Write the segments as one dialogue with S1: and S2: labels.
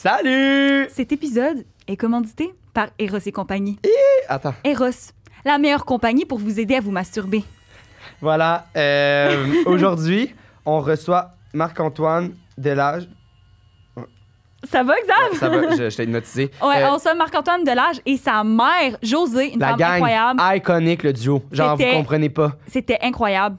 S1: Salut!
S2: Cet épisode est commandité par Eros et compagnie.
S1: Attends,
S2: Eros, la meilleure compagnie pour vous aider à vous masturber.
S1: voilà. euh, Aujourd'hui, on reçoit Marc-Antoine Delage.
S2: Ça va, Xav?
S1: Ça va, je, je t'ai hypnotisé.
S2: Ouais,
S1: Euh,
S2: on somme Marc-Antoine Delage et sa mère, Josée, une
S1: la
S2: femme
S1: gang, Ah.
S2: incroyable.
S1: iconique le duo. Genre, vous
S2: C'était-
S1: comprenez pas.
S2: C'était incroyable.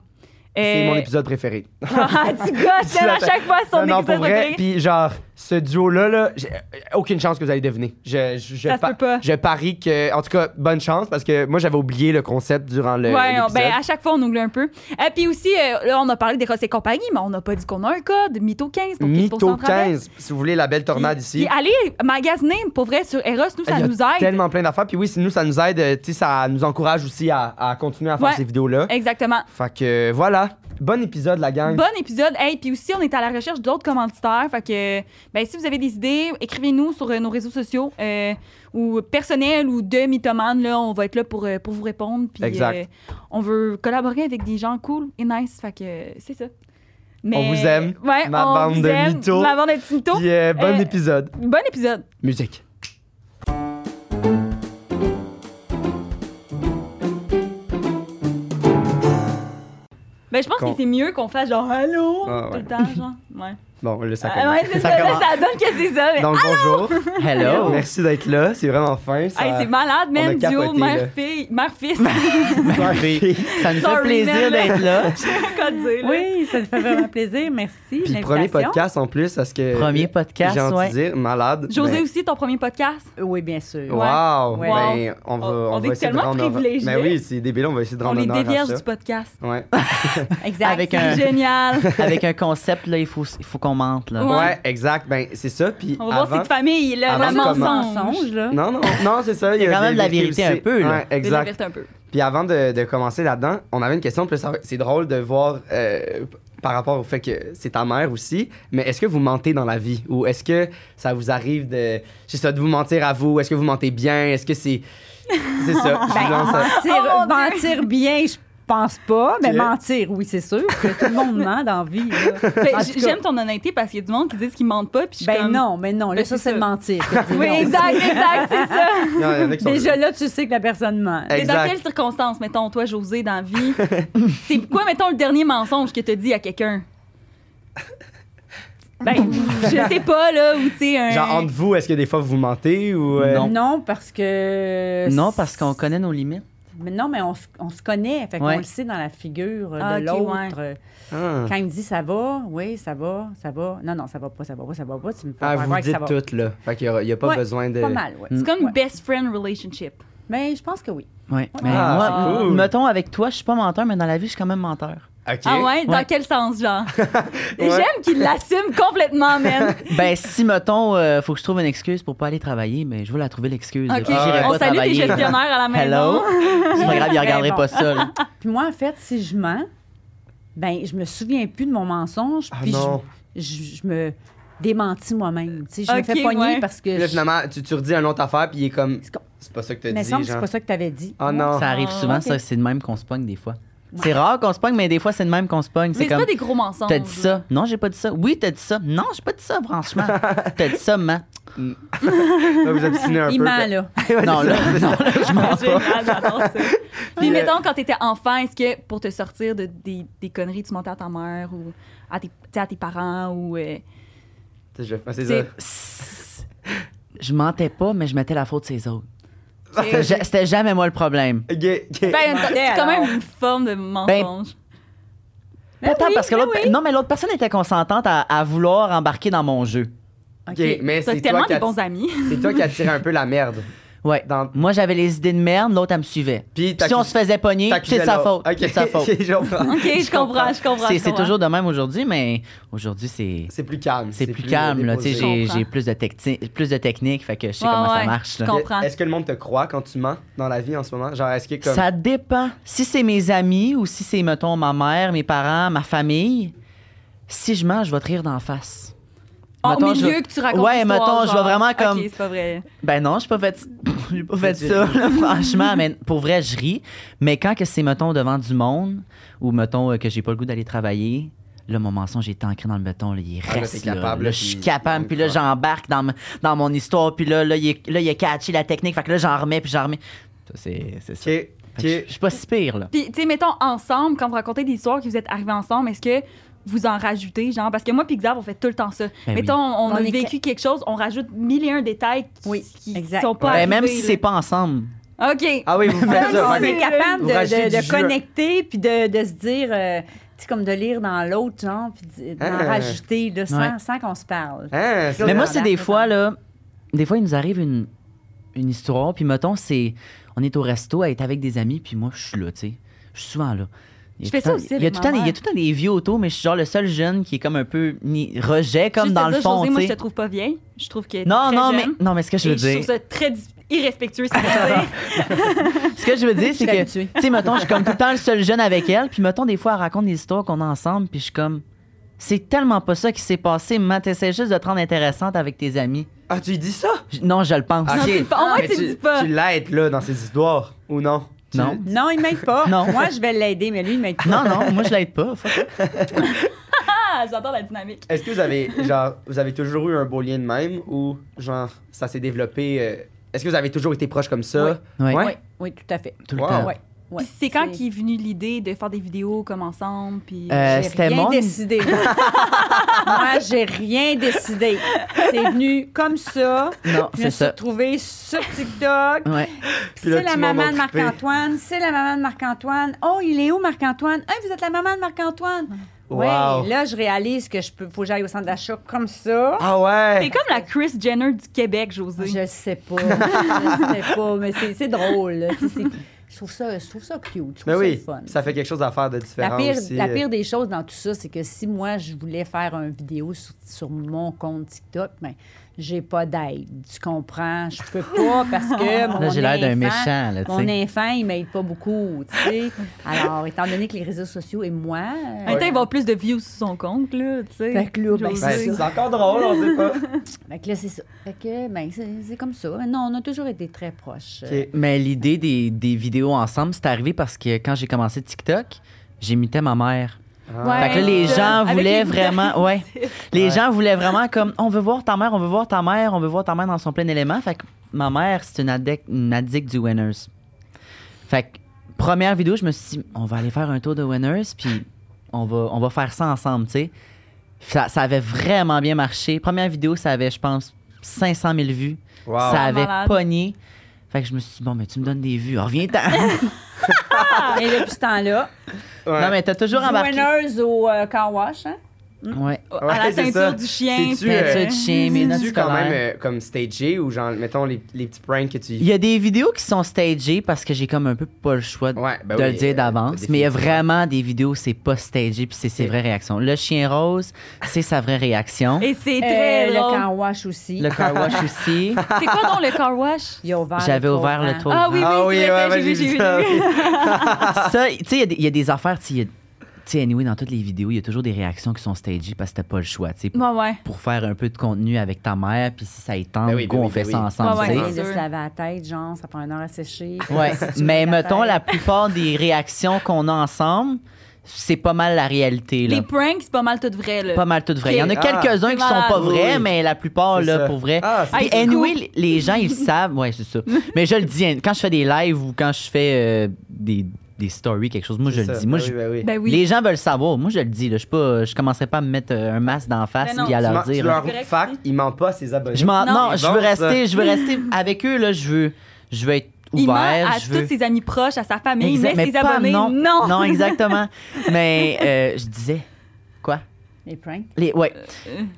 S1: C'est
S2: Euh,
S1: mon épisode préféré.
S2: ah, tu gosses, t'aimes à chaque fois son
S1: non, non,
S2: épisode
S1: pour vrai.
S2: préféré.
S1: Puis genre, ce duo-là, là, j'ai euh, aucune chance que vous allez deviner. Je, je, je
S2: Ça se peut pas.
S1: Je parie que, en tout cas, bonne chance parce que moi, j'avais oublié le concept durant le.
S2: ouais, on-
S1: euh, l'épisode.
S2: ben, à chaque fois, on oublie un peu. Et puis aussi, euh, là, on a parlé des Ross et compagnie, mais on n'a pas dit qu'on a un code, Mytho 15 pour 15
S1: Mytho
S2: de rabais.
S1: 15, si vous voulez la belle tornade ici.
S2: Puis allez magasiner, pour vrai, sur Eros, nous, ça
S1: Il y a
S2: nous aide.
S1: tellement plein d'affaires. Puis oui, si nous, ça nous aide, euh, tu sais, ça nous encourage aussi à, à continuer à faire
S2: Ouais.
S1: ces vidéos-là.
S2: Exactement.
S1: Fait que euh, voilà, bon épisode, la gang.
S2: Bon épisode. Hey, puis aussi, on est à la recherche d'autres commanditaires. Fait que, ben, si vous avez des idées, écrivez-nous sur euh, nos réseaux sociaux euh, ou personnels ou de mythomane. Là, on va être là pour, euh, pour vous répondre. Puis,
S1: Exact.
S2: euh, on veut collaborer avec des gens cool et nice. Fait que, euh, c'est ça.
S1: On vous aime,
S2: Ouais,
S1: ma
S2: on
S1: bande
S2: vous
S1: de
S2: aime,
S1: mythos.
S2: Ma bande de petits mythos.
S1: Puis euh, bon
S2: Euh,
S1: épisode.
S2: Bon épisode.
S1: Musique.
S2: Ben, je pense
S1: Qu'on-
S2: que c'est mieux qu'on fasse genre allô
S1: Ah,
S2: tout
S1: ouais.
S2: le temps, genre. Ouais.
S1: Bon, là, ça
S2: Ah,
S1: commence.
S2: ouais, c'est ça, là, ça donne que c'est ça. mais-
S1: Donc bonjour.
S3: Hello.
S1: Merci d'être là, c'est vraiment fin. Ça...
S2: Hey, c'est malade,
S1: on a
S2: même duo
S1: capoté, là.
S2: mère-fille, mère-fils.
S1: Parfait.
S3: Ça nous
S2: Sorry,
S3: fait plaisir
S2: man.
S3: d'être là.
S2: Quoi dire, là?
S4: Oui, ça nous fait vraiment plaisir. Merci.
S1: Puis
S4: de
S1: premier
S4: l'invitation.
S1: podcast en plus, parce que.
S3: Euh, Premier podcast,
S1: J'ai entendu
S3: ouais.
S1: dire, malade.
S2: José
S1: Ben,
S2: aussi, ton premier podcast.
S4: Oui, bien sûr.
S1: Wow!
S4: Ouais.
S1: Ben, on va, on
S2: On- on
S1: va
S2: est
S1: essayer de
S2: tellement
S1: rendre.
S2: privilégiés.
S1: Ben oui, c'est débile, on va essayer de
S2: on
S1: rendre
S2: les
S1: honneur à
S2: dévierge
S1: ça.
S2: du podcast.
S1: Ouais.
S4: Exact.
S3: Avec
S2: C'est
S3: un,
S2: génial.
S3: avec un concept, là, il faut, il faut qu'on mente. Là.
S2: Ouais.
S1: Ouais, exact. Ben, c'est ça. Puis
S2: On va voir
S1: avant-
S2: cette famille, là,
S1: avant
S2: le
S1: de
S4: Vraiment
S1: commencer-
S2: mensonge.
S4: mensonge, là.
S1: Non, non, non, c'est ça. Il des-
S3: quand même de la
S1: des
S3: vérité
S1: aussi.
S3: un peu, là.
S1: Ouais,
S2: Je vais
S1: exact.
S2: l'avertir un peu.
S1: Puis avant de, de commencer là-dedans, on avait une question. Puis là, ça- c'est drôle de voir euh, par rapport au fait que c'est ta mère aussi. Mais est-ce que vous mentez dans la vie ou est-ce que ça vous arrive de, je sais ça, de vous mentir à vous Est-ce que vous mentez bien Est-ce que c'est, c'est ça.
S4: Ben,
S1: je vous lance ça.
S4: Mentir,
S2: Oh, mon Dieu.
S4: mentir bien, je pense pas, mais
S1: Ok.
S4: mentir, oui, c'est sûr. que tout le monde ment dans la vie. là.
S2: Fait,
S4: En
S2: j-
S4: tout cas-
S2: J'aime ton honnêteté parce qu'il y a du monde qui disent qu'ils mentent pas. Puis je suis
S4: Ben
S2: comme-
S4: non, mais non,
S2: Ben,
S4: là, ça,
S2: c'est
S4: c'est
S2: ça.
S4: de mentir. que tu dis
S2: Oui,
S4: non.
S2: exact, exact, c'est ça.
S1: Il y en a qui sont-
S4: Déjà là, tu sais que la personne ment.
S1: Eh,
S2: Mais dans
S1: Exact.
S2: quelles circonstances, mettons, toi, José, dans la vie, c'est quoi, mettons, le dernier mensonge que t'as dit à quelqu'un? Ben, je sais pas, là, ou tu sais, un.
S1: Genre entre vous, est-ce que des fois vous mentez ou euh,
S3: Non.
S4: Non, parce que.
S3: Non, parce qu'on connaît nos limites.
S4: Mais non, mais on, se- on se connaît. Fait
S3: Ouais.
S4: qu'on le sait dans la figure euh, de
S2: Ah, ok,
S4: l'autre.
S1: Ah.
S4: Quand il me dit ça va, oui, ça va, ça va. Non, non, ça va pas, ça va pas, ça va pas. Tu me fais
S1: Ah,
S4: pas
S1: vous
S4: croire que ça
S1: dites
S4: va.
S1: tout là. Fait qu'il y a, il y a pas
S4: Ouais,
S1: besoin de.
S4: Pas mal, oui.
S2: C'est comme une best friend relationship.
S4: Mais je pense que oui.
S3: Ouais. Mais
S1: Ah,
S3: moi,
S1: c'est cool.
S3: mettons, avec toi, je suis pas menteur, mais dans la vie, je suis quand même menteur.
S1: Ok.
S2: Ah ouais? Dans
S3: Ouais.
S2: quel sens, genre?
S1: Ouais.
S2: J'aime qu'il l'assume complètement, man.
S3: Ben, si, mettons, euh, faut que je trouve une excuse pour pas aller travailler, mais je veux la trouver l'excuse. là.
S2: OK,
S3: Puis j'irai
S1: ouais.
S2: on
S3: pas
S2: salue tes
S3: travailler.
S2: gestionnaires à la maison.
S3: Hello? C'est pas grave, ils regarderaient
S4: bon.
S3: pas ça. là.
S4: Puis moi, en fait, si je mens, ben je me souviens plus de mon mensonge,
S1: Ah
S4: puis je-
S1: non.
S4: je, je me démentis moi-même. Tu sais, je
S2: Ok,
S4: me fais pogner
S2: ouais.
S4: parce que...
S1: Puis là,
S4: je-
S1: finalement, tu, tu redis une autre affaire, puis il est comme.
S4: C'est con-
S1: C'est pas ça que t'as
S4: Il
S1: dit,
S4: me semble que c'est
S1: genre.
S4: pas ça que tu avais dit.
S1: Ah non.
S3: Ça arrive
S2: Ah,
S3: souvent,
S4: ok.
S3: ça, c'est de même qu'on se pogne des fois. C'est rare qu'on se pogne, mais des fois, c'est de même qu'on se pogne.
S2: Mais
S3: C'est
S2: c'est
S3: comme.
S2: pas des gros mensonges.
S3: T'as dit
S2: là.
S3: ça? Non, j'ai pas dit ça. Oui, t'as dit ça. Non, j'ai pas dit ça, franchement. t'as dit ça, man.
S1: Là, vous obstinez un
S4: Il
S1: peu. ben,
S4: ment, là.
S3: Non, là, non, là, je m'en vais.
S2: Génial, j'adore ça. Puis
S1: euh,
S2: mettons, quand t'étais enfant, est-ce que pour te sortir de, des, des conneries, tu mentais à ta mère ou à tes, tu sais, à tes parents ou... euh,
S1: Je vais faire- c'est
S2: C'est-
S1: ça.
S3: Je mentais pas, mais je mettais la faute ses autres. C'était
S1: Ah,
S2: Ok.
S3: ja- C'était jamais moi le problème.
S1: Ok, ok.
S2: Ben,
S4: Ouais.
S2: c'est quand même
S4: Alors.
S2: une forme de
S3: Ben,
S2: mensonge.
S3: Pas tant
S4: oui,
S3: parce que
S4: ben
S3: l'autre.
S4: oui.
S3: Non, mais l'autre personne était consentante à, à vouloir embarquer dans mon jeu.
S4: OK.
S1: Ok, ben, mais
S2: T'as
S1: c'est toi,
S2: tellement
S1: qui
S2: des
S1: a-
S2: bons amis.
S1: c'est toi qui attirais un peu la merde.
S3: Ouais.
S1: Dans-
S3: Moi, j'avais les idées de merde, l'autre, elle me suivait.
S1: Puis
S3: Si on se faisait pogner,
S1: t'accusais
S3: c'est de sa
S1: l'autre.
S3: faute.
S1: Ok,
S3: C'est de sa faute.
S1: je comprends.
S2: OK, je comprends, je comprends.
S3: C'est-
S2: je
S3: C'est
S2: comprends.
S3: toujours de même aujourd'hui, mais aujourd'hui, c'est.
S1: C'est plus calme.
S3: C'est plus calme, là. Tu sais,
S1: déposé.
S2: Je
S3: j'ai-
S2: comprends.
S3: j'ai plus, de techni- plus de technique, fait que je sais
S2: Ouais,
S3: comment
S2: ouais,
S3: ça marche,
S2: je
S3: là.
S2: comprends. comprends.
S1: Est-ce que le monde te croit quand tu mens dans la vie en ce moment? Genre, est-ce que comme.
S3: Ça dépend. Si c'est mes amis ou si c'est, mettons, ma mère, mes parents, ma famille, si je mens, je vais te rire d'en face.
S2: En
S3: Mettons, je
S2: milieu
S3: vais-
S2: que tu racontes
S3: Ouais,
S2: l'histoire,
S3: mettons, je vais
S2: genre,
S3: vraiment comme-
S2: OK, c'est pas vrai.
S3: Ben non, j'ai pas fait, j'ai pas fait
S1: C'est
S3: ça, là, franchement. mais pour vrai, je ris. Mais quand que c'est, mettons, devant du monde ou, mettons, euh, que j'ai pas le goût d'aller travailler, Là, mon mensonge est ancré dans le béton, là, il
S1: Ah, là,
S3: reste
S1: t'es
S3: là.
S1: capable,
S3: là,
S1: là,
S3: je suis
S1: puis-
S3: capable, puis là,
S1: Encore.
S3: j'embarque dans, m- dans mon histoire, puis là, là, il est- là, il a catché la technique, fait que là, j'en remets, puis j'en remets. Ça, c'est c'est ça.
S1: Ok,
S3: Fait que je-
S1: ok.
S3: Je suis pas si pire, là.
S2: Puis, tu sais, mettons, ensemble, quand vous racontez des histoires que vous êtes arrivés ensemble, est-ce que vous en rajoutez, genre? Parce que moi puis Xav, on fait tout le temps ça.
S3: Ben oui.
S2: mettons, on,
S4: On
S2: a
S4: est
S2: vécu quelque chose, on rajoute mille et un détails qui,
S4: Oui,
S2: qui
S4: exact.
S2: sont pas
S3: Ben, même
S2: arrivés,
S3: si c'est
S2: là.
S3: pas ensemble.
S2: OK.
S1: Ah oui, vous
S4: Comme
S1: faites
S2: Même
S1: ça.
S4: on
S2: si
S1: ouais.
S4: est capable
S1: Vous
S4: de,
S1: rajoutez
S4: de-
S1: du
S4: de
S1: jus.
S4: connecter puis de, de se dire, euh, tu sais, comme de lire dans l'autre, genre, puis d- d'en
S1: Ah.
S4: rajouter là, sans,
S3: Ouais.
S4: sans qu'on se parle.
S1: Hein, c'est-
S3: Mais moi,
S4: là,
S3: c'est
S4: là,
S3: des
S4: là,
S3: fois,
S4: là.
S3: là, des fois, il nous arrive une, une histoire, puis mettons, c'est, on est au resto, elle est avec des amis, puis moi, je suis là, tu sais. Je suis souvent là. Il y a
S2: Je fais ça
S3: tout le temps-
S2: aussi
S3: Il y a
S2: avec
S3: tout le
S2: ma
S3: temps des- il y a
S2: mère.
S3: tout le temps des vieux autos, mais je suis genre le seul jeune qui est comme un peu ni- rejet, comme
S2: Juste
S3: dans
S2: te
S3: le
S2: dire,
S3: fond,
S2: Josée, moi,
S3: tu
S2: je te
S3: sais.
S2: trouve pas vieille. Je trouve que t'es
S3: Non,
S2: très
S3: non, mais,
S2: jeune.
S3: non, mais ce que je
S2: Et
S3: veux
S2: je
S3: dire,
S2: trouve ça très dis- irrespectueux, ce que tu dis.
S3: ce que je veux dire, c'est
S4: suis
S3: que, tu
S4: habituée.
S3: sais, mettons, je suis comme tout le temps le seul jeune avec elle, puis mettons, des fois, elle raconte des histoires qu'on a ensemble, puis je suis comme, c'est tellement pas ça qui s'est passé, mais t'essaies juste de te rendre intéressante avec tes amis.
S1: Ah, tu lui dis ça?
S3: Je- Non, je le pense.
S1: Ok.
S2: tu le pas- au moins,
S1: Mais
S2: tu le dis pas.
S1: Tu l'aides, là, dans ces histoires, ou non? Tu-
S3: Non.
S4: Non, il m'aide pas.
S3: Non.
S4: Moi, je vais l'aider, mais lui, il m'aide pas.
S3: Non, non, moi, je l'aide pas. Fuck
S2: Ah, j'adore la dynamique.
S1: Est-ce que vous avez, genre, vous avez toujours eu un beau lien de même ou, genre, ça s'est développé? euh, Est-ce que vous avez toujours été proche comme ça?
S3: Ouais.
S1: Ouais.
S4: Oui, oui, tout à fait.
S3: Tout le
S1: Wow.
S3: temps.
S4: Ouais, ouais.
S2: Puis c'est quand qui est venue l'idée de faire des vidéos comme ensemble, puis...
S3: Euh,
S4: J'ai
S3: c'était
S4: rien
S3: mon-
S4: décidé. Moi, j'ai rien décidé. C'est venu comme ça.
S3: Non,
S4: Je me
S3: c'est
S4: suis
S3: ça.
S4: retrouvée sur TikTok.
S3: Ouais.
S1: Puis là,
S4: C'est la
S1: tu m'en
S4: maman
S1: m'as
S4: de
S1: occupé.
S4: Marc-Antoine. C'est la maman de Marc-Antoine. Oh, il est où, Marc-Antoine? Hey, vous êtes la maman de Marc-Antoine. Oui,
S1: Wow.
S4: là, je réalise que je peux, faut que j'aille au centre d'achat comme ça.
S1: Ah
S2: T'es
S1: ouais!
S2: comme la Chris Jenner du Québec, José.
S4: Je sais pas. je sais pas, mais c'est c'est drôle. là. Tu sais, c'est- Je trouve ça, je trouve ça cute. Je trouve
S1: Mais Ben
S4: ça
S1: oui,
S4: fun.
S1: ça fait quelque chose à faire de différent
S4: La pire,
S1: aussi.
S3: euh.
S4: la pire des choses dans tout ça, c'est que si moi, je voulais faire une vidéo sur, sur mon compte TikTok, ben, j'ai pas d'aide. Tu comprends? Je peux pas parce que mon
S3: Là, j'ai l'air d'un
S4: enfant-
S3: méchant, là, tu
S4: Mon
S3: sais.
S4: enfant, il m'aide pas beaucoup, tu sais. Alors, étant donné que les réseaux sociaux et moi... euh,
S2: En même temps, il va avoir plus de views sur son compte, là, tu sais.
S4: Fait que là, ben,
S2: José.
S1: Ouais,
S4: c'est
S1: c'est encore drôle, on sait pas.
S4: Fait que là, c'est ça. Fait que, ben, c'est c'est comme ça. Non, on a toujours été très proches.
S1: Ok.
S3: Mais l'idée des, des vidéos ensemble, c'est arrivé parce que quand j'ai commencé TikTok, j'imitais ma
S1: Ah.
S3: mère.
S2: Ouais.
S3: fait que là, les
S2: c'est ça.
S3: gens
S2: Avec les
S3: voulaient vraiment. Ouais. Les gens voulaient vraiment comme on veut voir ta mère, on veut voir ta mère, on veut voir ta mère dans son plein élément. Fait que ma mère, c'est une addict, une addict du Winners. Fait que première vidéo, je me suis dit, on va aller faire un tour de Winners, puis on va, on va faire ça ensemble, tu sais. Ça, ça avait vraiment bien marché. Première vidéo, ça avait, je pense, 500 000 vues.
S1: Wow.
S3: Ça avait
S2: Malade.
S3: pogné. Fait que je me suis dit, bon, mais tu me donnes des vues. Reviens-t'en.
S4: Euh, Et depuis ce temps-là,
S1: Ouais.
S3: non, mais t'as toujours embarqué.
S4: winners au euh, car wash, hein?
S3: Ouais.
S2: À
S1: Ouais,
S2: la
S1: c'est
S2: teinture
S1: ça.
S2: du chien.
S1: C'est-tu,
S2: puis-
S1: euh,
S3: Teinture de chien, mais notes
S1: tu quand
S3: scolaires.
S1: même euh, comme stagé ou genre, mettons, les, les petits pranks que tu...
S3: Il y a des vidéos qui sont stagées parce que j'ai comme un peu pas le choix de,
S1: Ouais, ben
S3: de
S1: oui,
S3: le dire
S1: euh,
S3: d'avance. Mais il y a
S1: définitivement.
S3: vraiment des vidéos, c'est pas stagé puis c'est ses
S1: Ok.
S3: vraies réactions. Le chien rose, c'est sa vraie réaction.
S2: Et c'est
S4: Euh,
S2: très
S4: le
S2: drôle.
S4: car wash aussi.
S3: Le car wash aussi.
S2: C'est quoi donc le car wash?
S4: Il a ouvert
S3: J'avais
S4: le
S3: ouvert le
S4: toit.
S3: toit.
S2: Ah oui,
S1: Ah oui,
S2: oui, c'est
S1: ouais,
S2: vrai,
S1: ouais,
S2: j'ai vu,
S1: j'ai
S2: j'ai
S1: vu
S2: vu.
S1: ça,
S2: j'ai vu.
S3: Ça, tu sais, il y a des- il y, a des affaires, tu sais, il y a- tu sais, anyway, dans toutes les vidéos, il y a toujours des réactions qui sont stagées parce que t'as pas le choix, tu sais.
S2: Ouais, ouais.
S3: Pour faire un peu de contenu avec ta mère, puis si ça y tente,
S1: Ben oui, ben
S3: go,
S1: oui,
S3: on fait
S1: ben
S3: ça
S1: oui.
S3: ensemble,
S2: Ouais,
S3: tu sais.
S2: ouais.
S4: Il de se laver la tête, genre, ça prend une heure à sécher.
S3: Ouais.
S4: Si tu
S3: Mais
S4: mets ta
S3: mettons,
S4: tête.
S3: la plupart des réactions qu'on a ensemble, c'est pas mal la réalité. Là.
S2: Les pranks, c'est pas mal tout vrai, là.
S3: Pas mal toutes vraies. Il y en a
S1: Ah,
S3: quelques-uns
S2: c'est
S3: qui sont pas
S2: malade.
S3: vrais,
S1: Oui.
S3: mais la plupart,
S1: C'est
S3: là,
S1: ça.
S3: pour vrai.
S1: Ah, c'est
S3: Puis
S2: Hey, c'est
S3: anyway,
S2: cool.
S3: les- les gens, ils le savent. Ouais, c'est ça. Mais je le dis, hein, quand je fais des lives ou quand je fais euh, des, des stories, quelque chose, moi, je le
S1: ça.
S3: dis. Moi,
S1: Ben
S3: je-
S1: oui, ben oui.
S2: Ben oui.
S3: Les gens veulent savoir. Moi, je le dis. Là, je suis pas- je commencerai pas à me mettre euh, un masque d'en face
S2: Ben non.
S3: et à
S1: Tu
S3: leur
S1: mens-
S3: dire. hein.
S1: tu leur
S2: Correct.
S1: fac, il ment pas à ses abonnés.
S3: Je m'en-
S2: Non.
S3: non,
S1: C'est
S3: je veux
S1: bon, ça.
S3: rester, je veux rester avec eux. Là, je veux, je veux être
S2: Il ment
S3: ouvert.
S2: à
S3: je veux...
S2: tous ses amis proches, à sa famille,
S3: Exact-
S2: mais ses
S3: pas-
S2: abonnés,
S3: non,
S2: non.
S3: exactement. mais euh, je disais quoi
S4: Les pranks.
S3: Les ouais.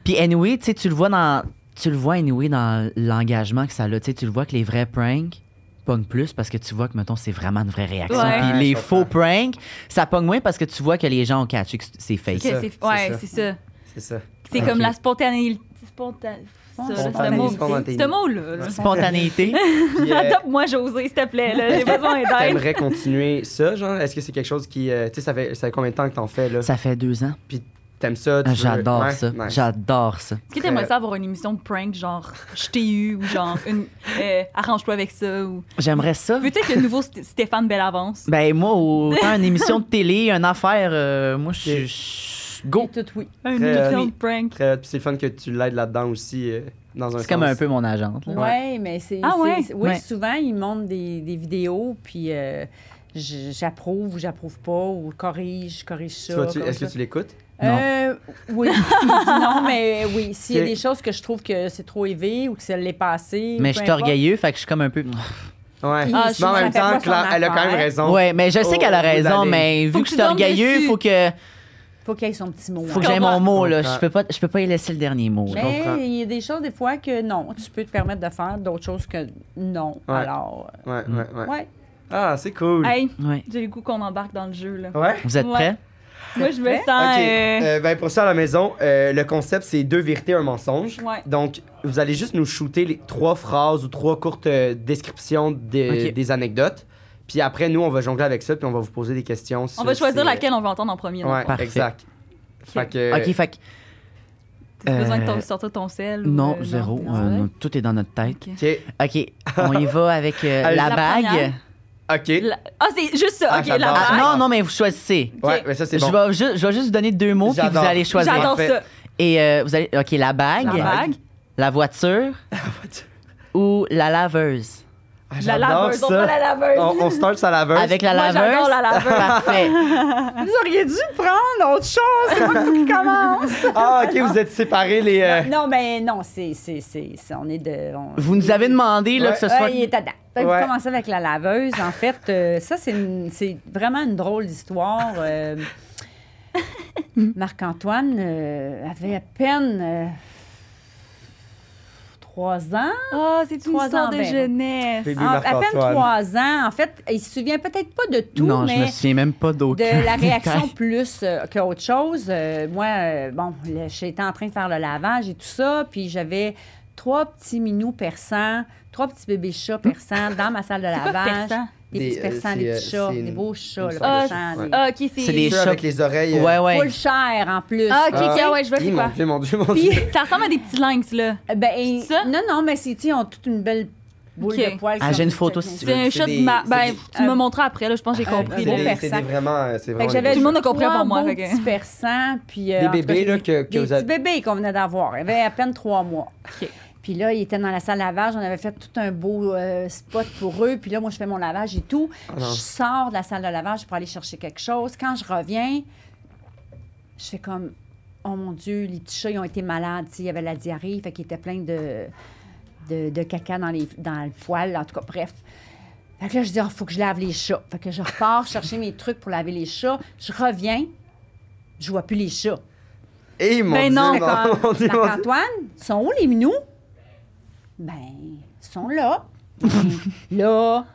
S3: Puis anyway, tu sais, tu le vois dans tu le vois anyway dans l'engagement que ça a, tu sais, tu le vois que les vrais pranks pognent plus parce que tu vois que mettons c'est vraiment une vraie réaction.
S2: Ouais.
S3: Puis
S1: Ouais,
S3: les
S1: je
S3: faux
S1: comprends.
S3: pranks, ça pogne moins parce que tu vois que les gens ont catché que c'est fake.
S2: Que
S1: ça,
S2: c'est-
S1: c'est
S2: Ouais,
S1: ça.
S2: c'est ça.
S1: C'est ça.
S2: C'est
S3: Ok.
S2: comme la spontanéité. Sponta... ça, là,
S1: Spontané-
S2: ce mot.
S1: spontanéité.
S2: Ce mot-là. là.
S3: Spontanéité.
S1: Puis, euh,
S2: Adopte-moi, José, s'il te plaît. là. J'ai besoin d'aide.
S1: T'aimerais continuer ça, genre? Est-ce que c'est quelque chose qui... euh, tu sais, ça fait, ça fait combien de temps que t'en fais, là?
S3: ça fait deux ans.
S1: Puis t'aimes ça? tu veux-
S3: J'adore
S1: Ouais,
S3: ça.
S1: nice.
S3: J'adore ça.
S2: Est-ce que t'aimerais ça avoir une émission de prank, genre je t'ai eu ou genre une euh, arrange-toi avec ça ou.
S3: J'aimerais ça.
S2: Veux-tu être le nouveau St- Stéphane Bellavance?
S3: Ben moi, autant une émission de télé, une affaire, euh, moi je suis
S1: Go!
S4: Tout oui.
S2: Un
S1: Très, euh,
S2: émission
S1: oui.
S2: de prank.
S1: Très hot. Puis c'est le fun que tu l'aides là-dedans aussi, euh, dans un
S3: C'est comme
S1: sens.
S3: un peu mon agente. là.
S4: Oui, mais c'est.
S2: Ah
S4: c'est-
S2: ouais?
S4: c'est- Oui,
S3: Ouais.
S4: souvent, ils montrent des, des vidéos, puis euh, j- j'approuve ou j'approuve pas, ou corrige, je corrige
S1: Tu
S4: ça.
S1: vas-tu-
S4: corrige
S1: Est-ce
S4: ça.
S1: que tu l'écoutes?
S3: Non.
S4: Euh, oui, Il dit non, mais oui, s'il y a
S1: Ok.
S4: des choses que je trouve que c'est trop élevé ou que ça l'est passé.
S3: Mais je suis orgueilleux, fait que je suis comme un peu.
S1: Ouais.
S4: Ah,
S1: mais
S4: je
S1: en
S4: sais,
S1: même
S4: ça
S1: temps,
S4: fait pas son
S1: Claire, elle a quand même
S4: affaire.
S1: raison.
S3: ouais, mais je sais
S1: Oh,
S3: qu'elle a
S1: vous
S3: raison,
S1: allez.
S3: mais
S2: Faut que
S3: vu que je
S2: tu
S3: suis
S2: tombes
S3: orgueilleux,
S2: dessus.
S3: faut que
S4: Il faut qu'il ait son petit mot.
S3: faut que
S4: hein.
S3: j'aie
S2: comprends.
S3: mon mot là.
S1: Comprends.
S3: Je peux pas, je peux pas y laisser le dernier mot. là.
S1: comprends.
S4: Mais il y a des choses, des fois, que non, tu peux te permettre de faire d'autres choses que non.
S1: Ouais.
S4: Alors,
S1: Ouais, ouais, ouais.
S4: euh, ouais.
S1: Ah, c'est cool.
S2: Hey,
S3: Ouais.
S2: j'ai le goût qu'on embarque dans le jeu, là.
S1: Ouais?
S3: Vous êtes
S2: Ouais.
S3: prêts?
S2: Moi, je me sens...
S1: Ok.
S2: euh,
S1: Euh, ben, pour ça, à la maison, euh, le concept, c'est deux vérités, un mensonge.
S2: euh, Ouais.
S1: Donc, vous allez juste nous shooter les trois phrases ou trois courtes euh, descriptions des-
S3: Ok.
S1: des anecdotes. Puis après, nous, on va jongler avec ça, puis on va vous poser des questions.
S2: On
S1: sur
S2: va choisir
S1: ces-
S2: laquelle on veut entendre en premier. dans le
S1: Ouais,
S2: fond.
S3: Parfait.
S1: exact. Fait que...
S3: Ok, fait que
S2: T'as besoin de
S3: Euh,
S2: ton- sortir ton sel? ou,
S3: non,
S2: euh,
S3: zéro.
S2: non,
S3: euh,
S2: c'est vrai?
S3: non, tout est dans notre tête.
S2: Ok.
S1: Ok,
S3: Ok, on y va avec euh,
S1: Allez.
S3: la,
S2: La
S3: bague.
S2: première.
S1: ok.
S2: La- Ah, c'est juste ça.
S1: Ah,
S2: OK,
S1: j'adore.
S2: la
S3: Ah,
S2: bague.
S3: non, non, mais vous choisissez.
S1: Ouais, mais ça, c'est bon.
S3: Je, vais ju- je vais juste vous donner deux mots, puis vous
S1: J'adore.
S3: allez choisir.
S2: J'adore
S1: Parfait.
S2: ça.
S3: Et euh, vous allez. Ok, la bague,
S2: La
S1: bague.
S2: bague.
S3: la voiture ou la laveuse.
S1: Ah,
S2: La
S1: j'adore
S2: laveuse. On va
S1: ça. Oh.
S2: la laveuse.
S1: On, on start sa laveuse.
S3: Avec la
S2: Moi, j'adore
S3: laveuse.
S2: la laveuse.
S3: Parfait.
S4: Vous auriez dû prendre autre chose, c'est moi qui commence.
S1: Ah, ok, vous êtes séparés, les... euh,
S4: Non, mais non, c'est. c'est- c'est- c'est- On est de. on-
S3: Vous nous avez demandé là,
S1: Ouais.
S3: que ce
S4: Ouais,
S3: soit.
S4: il est dedans. Fait que
S1: Ouais.
S4: Vous commencez avec la laveuse. En fait, euh, ça, c'est une- c'est vraiment une drôle d'histoire. Euh, Marc-Antoine euh, avait à peine euh, trois ans.
S2: Ah, c'est une
S4: Trois
S2: histoire
S4: ans,
S2: de
S4: ben.
S2: jeunesse.
S1: Bébé
S4: En- à peine
S1: Marc-Antoine.
S4: trois ans. En fait, il se souvient peut-être pas de tout,
S3: non, je me
S4: mais
S3: souviens même pas d'autres.
S4: de la réaction plus euh, qu'autre chose. Euh, moi, euh, bon, là, j'étais en train de faire le lavage et tout ça, puis j'avais trois petits minous persans, trois petits bébés chats persans dans ma salle de
S2: C'est quoi,
S4: lavage.
S2: persan?
S4: Des,
S1: Des,
S4: petits
S1: euh,
S4: persans,
S1: c'est,
S4: des
S1: euh,
S4: petits chats,
S1: c'est une-
S4: des beaux chats,
S1: une
S4: là,
S1: sorte
S2: Ah,
S1: de
S4: persans,
S1: chat,
S4: des-
S1: ouais.
S2: Ah, OK, c'est...
S3: C'est des
S1: Ceux avec
S3: chocs.
S1: les oreilles... euh,
S3: Ouais, ouais.
S4: Full cher en plus.
S2: Ah, OK,
S1: Ah.
S2: OK, ouais, je vois
S1: Hi,
S2: c'est
S1: mon
S2: quoi.
S1: Dieu, mon Dieu, mon Dieu.
S2: Puis, ça ressemble à des petits lynx, là.
S4: Ben,
S2: C'est ça?
S4: non, non, mais c'est, tu sais, ils ont toute une belle boule
S2: Ok.
S4: de poils.
S3: Ah,
S4: qui
S3: j'ai
S4: sont
S3: une photo,
S4: toutes-
S3: si tu veux.
S2: C'est un
S1: c'est
S2: shot
S1: des-
S2: de ma...
S1: c'est
S2: Ben,
S1: des-
S2: tu me
S4: euh,
S2: montras après, là, je pense que j'ai
S4: euh,
S2: compris.
S1: Ah,
S2: ben,
S1: C'est
S4: des
S2: là.
S4: beaux
S1: des- c'est des
S4: persans.
S1: vraiment... euh, C'est
S4: Fait
S1: vraiment...
S4: que j'avais
S2: Tout le monde a
S4: trois
S2: compris avant moi,
S4: beaux
S2: fait que-
S4: petits persans, puis... euh,
S1: Des
S4: en tout cas,
S1: bébés, là, que, que
S4: Des
S1: vous
S4: petits
S1: avez...
S4: bébés qu'on venait d'avoir. Il avait à peine trois mois.
S2: OK.
S4: Puis là, il était dans la salle de lavage. On avait fait tout un beau euh, spot pour eux. Puis là, moi, je fais mon lavage et tout.
S1: Ah
S4: je
S1: non.
S4: sors de la salle de lavage pour aller chercher quelque chose. Quand je reviens, je fais comme... Oh mon Dieu, les petits chats, ils ont été malades. tu sais, Il y avait la diarrhée, fait qu'ils étaient pleins de, de, de caca dans, les, dans le poil. En tout cas, bref. Fait que là, je dis, il faut que je lave les chats. Fait que je repars chercher mes trucs pour laver les chats. Je reviens, je vois plus les chats.
S1: Eh, mon
S2: Ben
S1: Dieu,
S2: non.
S1: mon-
S4: D'accord.
S1: mon Dieu, mon Dieu.
S4: Marc-Antoine, sont où les minous? Ben, ils sont là.